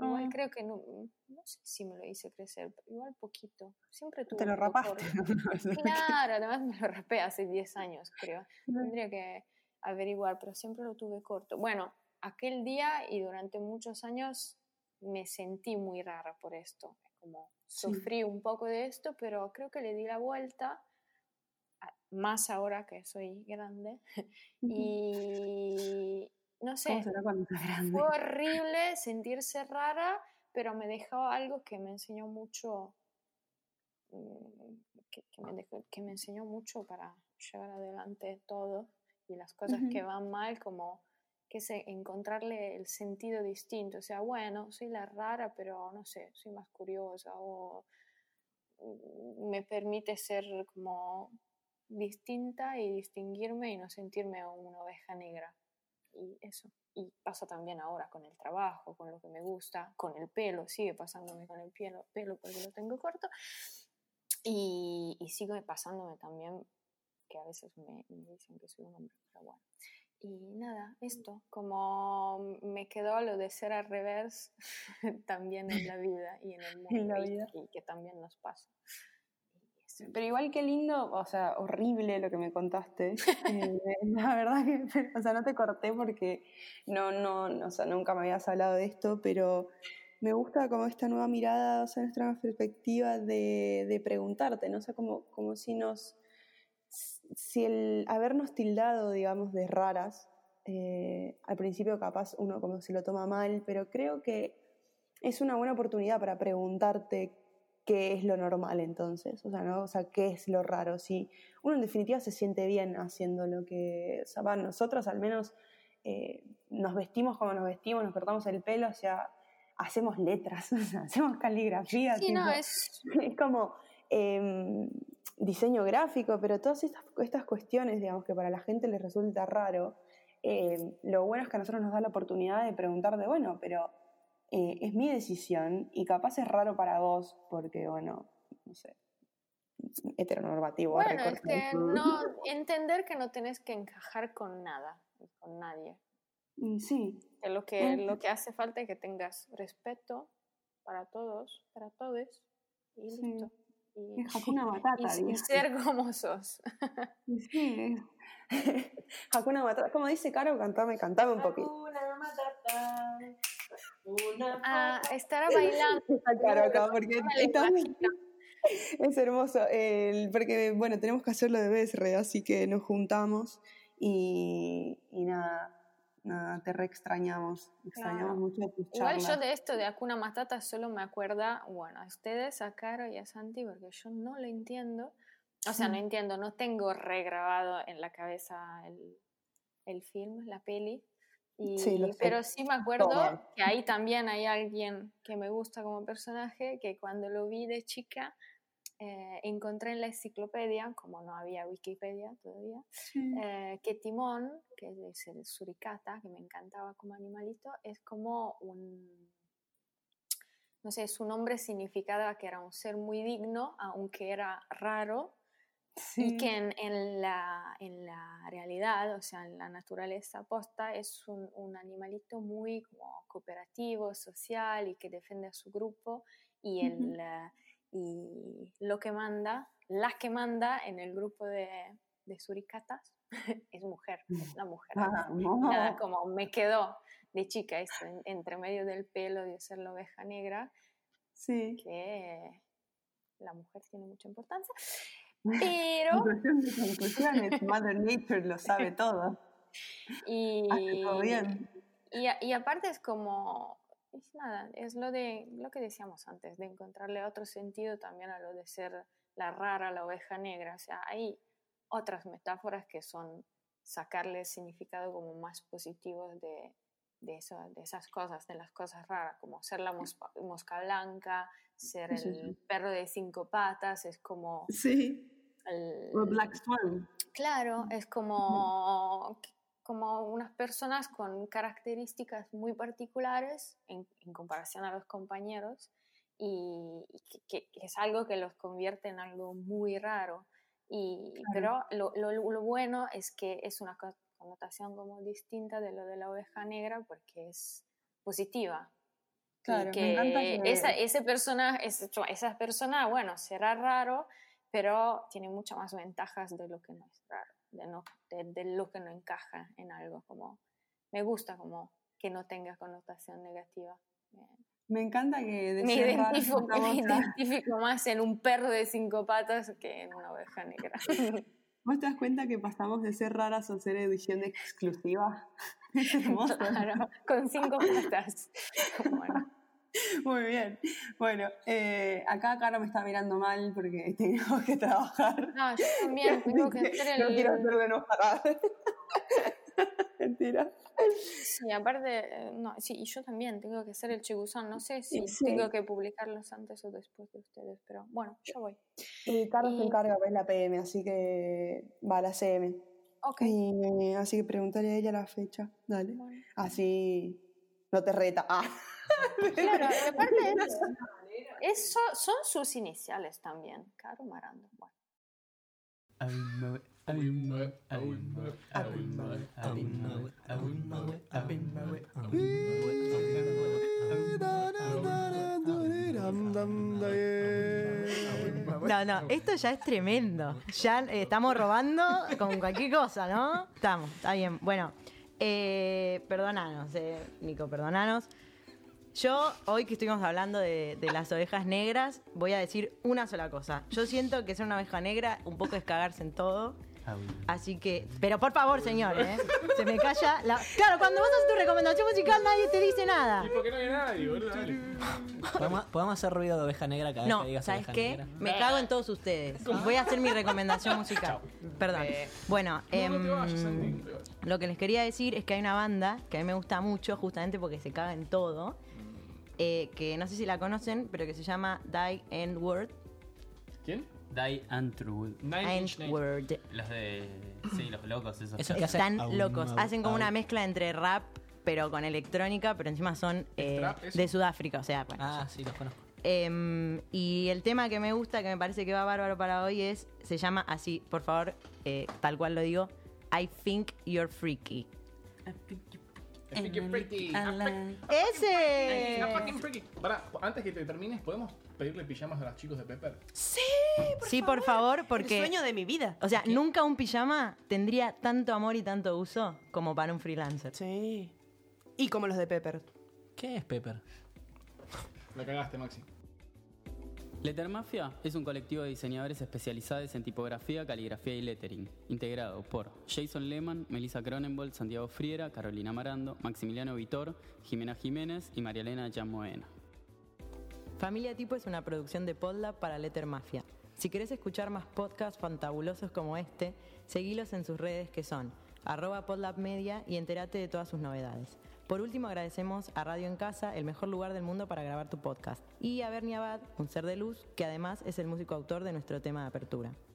Speaker 10: Igual
Speaker 11: Ah.
Speaker 10: creo que no, no sé si me lo hice crecer, pero igual poquito. Siempre tuve
Speaker 11: Te lo
Speaker 10: un poco
Speaker 11: rapaste.
Speaker 10: corto. Claro, además me lo rapé hace 10 años, creo. Tendría que averiguar, pero siempre lo tuve corto. Bueno, aquel día y durante muchos años me sentí muy rara por esto. Como sufrí un poco de esto, pero creo que le di la vuelta, a- más ahora que soy grande. y no sé,
Speaker 11: ¿Cómo será cuando sea grande?
Speaker 10: fue horrible sentirse rara, pero me dejó algo que me enseñó mucho. mm, Que, que me, dejó- que me enseñó mucho para llevar adelante todo y las cosas que
Speaker 11: Ujú.
Speaker 10: van mal, como que sé, encontrarle el sentido distinto. O sea, bueno, soy la rara, pero no sé, soy más curiosa o mm, me permite ser como distinta y distinguirme y no sentirme una oveja negra. Y eso. Y pasa también ahora con el trabajo, con lo que me gusta, con el pelo, sigue pasándome con el pelo, pelo porque lo tengo corto. Y, y sigue pasándome también que a veces me, me dicen que soy un hombre, pero bueno. Y nada, esto, como me quedó lo de ser al revés [LAUGHS] también en la vida y en [LAUGHS] el mundo
Speaker 11: la
Speaker 10: y-
Speaker 11: vida.
Speaker 10: y que también nos pasa.
Speaker 11: Pero igual qué lindo, o sea, horrible lo que me contaste. Eh, la verdad que, [LAUGHS] o sea, no te corté porque no, no, no, o sea, nunca me habías hablado de esto, pero me gusta como esta nueva mirada, o sea, nuestra nueva perspectiva de, de preguntarte, ¿no? O sea, como, como si nos, si el habernos tildado, digamos, de raras, eh, al principio capaz uno como se lo toma mal, pero creo que es una buena oportunidad para preguntarte qué es lo normal entonces, o sea, ¿no? O sea, qué es lo raro. Si uno en definitiva se siente bien haciendo lo que, o sea, va, nosotros al menos eh, nos vestimos como nos vestimos, nos cortamos el pelo, o sea, hacemos letras, [LAUGHS] o sea, hacemos caligrafía.
Speaker 10: Sí, no,
Speaker 11: tipo,
Speaker 10: es
Speaker 11: [LAUGHS] es como em, diseño gráfico, pero todas estas, estas cuestiones, digamos, que para la gente les resulta raro, em, lo bueno es que a nosotros nos da la oportunidad de preguntar de, bueno, pero eh, es mi decisión y capaz es raro para vos porque, bueno, no sé, heteronormativo.
Speaker 10: Bueno,
Speaker 11: arre,
Speaker 10: es
Speaker 11: corta
Speaker 10: que
Speaker 11: eso. [LAUGHS]
Speaker 10: no, entender que no tenés que encajar con nada, ni con nadie.
Speaker 11: Mm, Sí,
Speaker 10: Que lo que,
Speaker 11: Mm.
Speaker 10: lo que hace falta es que tengas respeto para todos, para todos, y
Speaker 11: Sí.
Speaker 10: listo. Y,
Speaker 11: es Hakuna Matata.
Speaker 10: [LAUGHS] y- y
Speaker 11: digamos.
Speaker 10: ser como sos.
Speaker 11: Sí, [LAUGHS] es- Hakuna Matata. Como dice Caro, cantame, cantame un poquito.
Speaker 10: Ah, estará bailando.
Speaker 11: Eh, [LAUGHS] Está Caro acá
Speaker 10: Me
Speaker 11: porque
Speaker 10: la
Speaker 11: está-
Speaker 10: imagino.
Speaker 11: [LAUGHS] Es hermoso, el- porque bueno, tenemos que hacerlo de BSR, así que nos juntamos y, y nada, nada, te re extrañamos, extrañamos
Speaker 10: Claro.
Speaker 11: mucho tus
Speaker 10: Igual
Speaker 11: charlas.
Speaker 10: yo de esto de Akuna Matata solo me acuerda, bueno, a ustedes, a Caro y a Santi, porque yo no lo entiendo. O sea, no
Speaker 11: Sí.
Speaker 10: entiendo, no tengo regrabado en la cabeza el, el film, la peli. Y-
Speaker 11: Sí, lo sé.
Speaker 10: pero sí me acuerdo
Speaker 11: Todo.
Speaker 10: que ahí también hay alguien que me gusta como personaje, que cuando lo vi de chica, eh, encontré en la enciclopedia, como no había Wikipedia todavía, eh, que Timón, que es el suricata, que me encantaba como animalito, es como un, no sé, su nombre significaba que era un ser muy digno, aunque era raro, y que en, en la, en la realidad, o sea, en la naturaleza posta, es un, un animalito muy como cooperativo, social y que defiende a su grupo y, el,
Speaker 11: Ujú.
Speaker 10: eh, y lo que manda, la que manda en el grupo de, de suricatas [LAUGHS] es mujer,
Speaker 11: Mm.
Speaker 10: es la mujer.
Speaker 11: Vamos.
Speaker 10: Nada, como me quedó de chica eso, en- entre medio del pelo de ser la oveja negra,
Speaker 11: Sí.
Speaker 10: que la mujer tiene mucha importancia.
Speaker 11: [LAUGHS]
Speaker 10: Pero
Speaker 11: Conclusiones, conclusiones, Mother Nature lo
Speaker 10: [LAUGHS]
Speaker 11: sabe todo.
Speaker 10: Y,
Speaker 11: Hace Ah, todo bien.
Speaker 10: Y, a- y aparte es como, es nada, es lo, de, lo que decíamos antes, de encontrarle otro sentido también a lo de ser la rara, la oveja negra. O sea, hay otras metáforas que son sacarle significado como más positivo de, de, eso, de esas cosas, de las cosas raras, como ser la mospa- mosca blanca, ser
Speaker 11: Sí, sí,
Speaker 10: el perro de cinco patas, es como...
Speaker 11: Sí.
Speaker 10: el-
Speaker 11: O Black Swan.
Speaker 10: Claro, es como, como unas personas con características muy particulares en, en comparación a los compañeros y, y que, que- que es algo que los convierte en algo muy raro. Y,
Speaker 11: Claro.
Speaker 10: Pero lo, lo- lo bueno es que es una co- connotación como distinta de lo de la oveja negra porque es positiva. Y
Speaker 11: Claro,
Speaker 10: que
Speaker 11: me encanta que-
Speaker 10: esa- ese personaje, ese- esa persona, bueno, será raro, pero tiene muchas más ventajas de lo que no es raro, de, no, de, de lo que no encaja en algo. Como, me gusta como que no tenga connotación negativa.
Speaker 11: Me encanta que de
Speaker 10: Me
Speaker 11: ser raro
Speaker 10: identifico,
Speaker 11: tengamos
Speaker 10: me
Speaker 11: a-
Speaker 10: identifico más en un perro de cinco patas que en una oveja
Speaker 11: [LAUGHS]
Speaker 10: negra.
Speaker 11: ¿Vos te das cuenta que pasamos de ser raras a ser edición exclusiva? [LAUGHS] Es hermoso.
Speaker 10: Claro, con cinco
Speaker 11: [LAUGHS]
Speaker 10: patas.
Speaker 11: Muy bien. Bueno, eh, acá Caro me está mirando mal porque [LAUGHS] tengo que trabajar.
Speaker 10: No, yo
Speaker 11: [LAUGHS]
Speaker 10: también tengo que hacer
Speaker 11: No
Speaker 10: el...
Speaker 11: quiero hacerlo enojada. [LAUGHS] Mentira.
Speaker 10: Sí, aparte, eh, no, sí, y yo también tengo que hacer el chiguzón. No sé si
Speaker 11: Sí.
Speaker 10: tengo que publicarlos antes o después de ustedes, pero bueno, yo voy.
Speaker 11: Y Carlos se
Speaker 10: Y-
Speaker 11: encarga, pues, la PM, así que va la CM.
Speaker 10: Ok.
Speaker 11: Y, así que pregúntale a ella la fecha, dale. Así no te reta. Ah.
Speaker 10: Claro, y aparte es, es so- son sus iniciales también, Caro Marando. Bueno,
Speaker 5: No, no, esto ya es tremendo. Ya eh, estamos robando con cualquier cosa, ¿no? Estamos, está bien. Bueno, eh, perdonanos, eh, Nico, perdonanos. Yo, hoy que estuvimos hablando de, de las ovejas negras, voy a decir una sola cosa. Yo siento que ser una oveja negra un poco es cagarse en todo. Así que, pero por favor, señor, ¿eh? Se me calla la... Claro, cuando vos haces tu recomendación musical nadie te dice nada.
Speaker 3: ¿Y por qué no hay nadie, boludo? Dale.
Speaker 4: ¿Podemos, podemos hacer ruido de oveja negra cada vez
Speaker 5: No,
Speaker 4: que digas
Speaker 5: ¿sabes
Speaker 4: oveja
Speaker 5: qué?
Speaker 4: negra?
Speaker 5: Me cago en todos ustedes. Voy a hacer mi recomendación
Speaker 3: [LAUGHS]
Speaker 5: musical. Perdón. Bueno,
Speaker 3: No, no te
Speaker 5: em,
Speaker 3: vayas, Santi, no te vayas.
Speaker 5: lo que les quería decir es que hay una banda que a mí me gusta mucho, justamente porque se caga en todo,
Speaker 3: Mm.
Speaker 5: eh, que no sé si la conocen, pero que se llama Die End Word.
Speaker 3: ¿Quién?
Speaker 6: Die Antwood.
Speaker 5: End Word.
Speaker 6: Los de. Sí, los locos, esos.
Speaker 5: Están locos. Hacen como una mezcla entre rap, pero con electrónica, pero encima son eh,
Speaker 4: trap eso?
Speaker 5: de Sudáfrica, o sea, bueno.
Speaker 4: Ah, sí, los conozco.
Speaker 5: Em, y el tema que me gusta, que me parece que va bárbaro para hoy, es se llama así, por favor, eh, tal cual lo digo, I think you're freaky. ¡Ese!
Speaker 3: Ah, fucking freaky. Pará, antes que te termines, ¿podemos pedirle pijamas a los chicos de Pepper?
Speaker 5: Sí, por sí, favor. por favor, porque
Speaker 12: El sueño de mi vida.
Speaker 5: O sea, nunca un pijama tendría tanto amor y tanto uso como para un freelancer.
Speaker 12: Sí. Y como los de Pepper.
Speaker 4: ¿Qué es Pepper?
Speaker 3: La cagaste, Maxi.
Speaker 6: Lettermafia es un colectivo de diseñadores especializados en tipografía, caligrafía y lettering, integrado por Jason Lehman, Melissa Cronenbold, Santiago Friera, Carolina Marando, Maximiliano Vitor, Jimena Jiménez y María Elena Moena.
Speaker 5: Familia Tipo es una producción de Podlab para Letter Mafia. Si querés escuchar más podcasts fantabulosos como este, seguilos en sus redes que son arroba Podlab Media y entérate de todas sus novedades. Por último, agradecemos a Radio en Casa, el mejor lugar del mundo para grabar tu podcast, y a Bernie Abad, un ser de luz, que además es el músico autor de nuestro tema de apertura.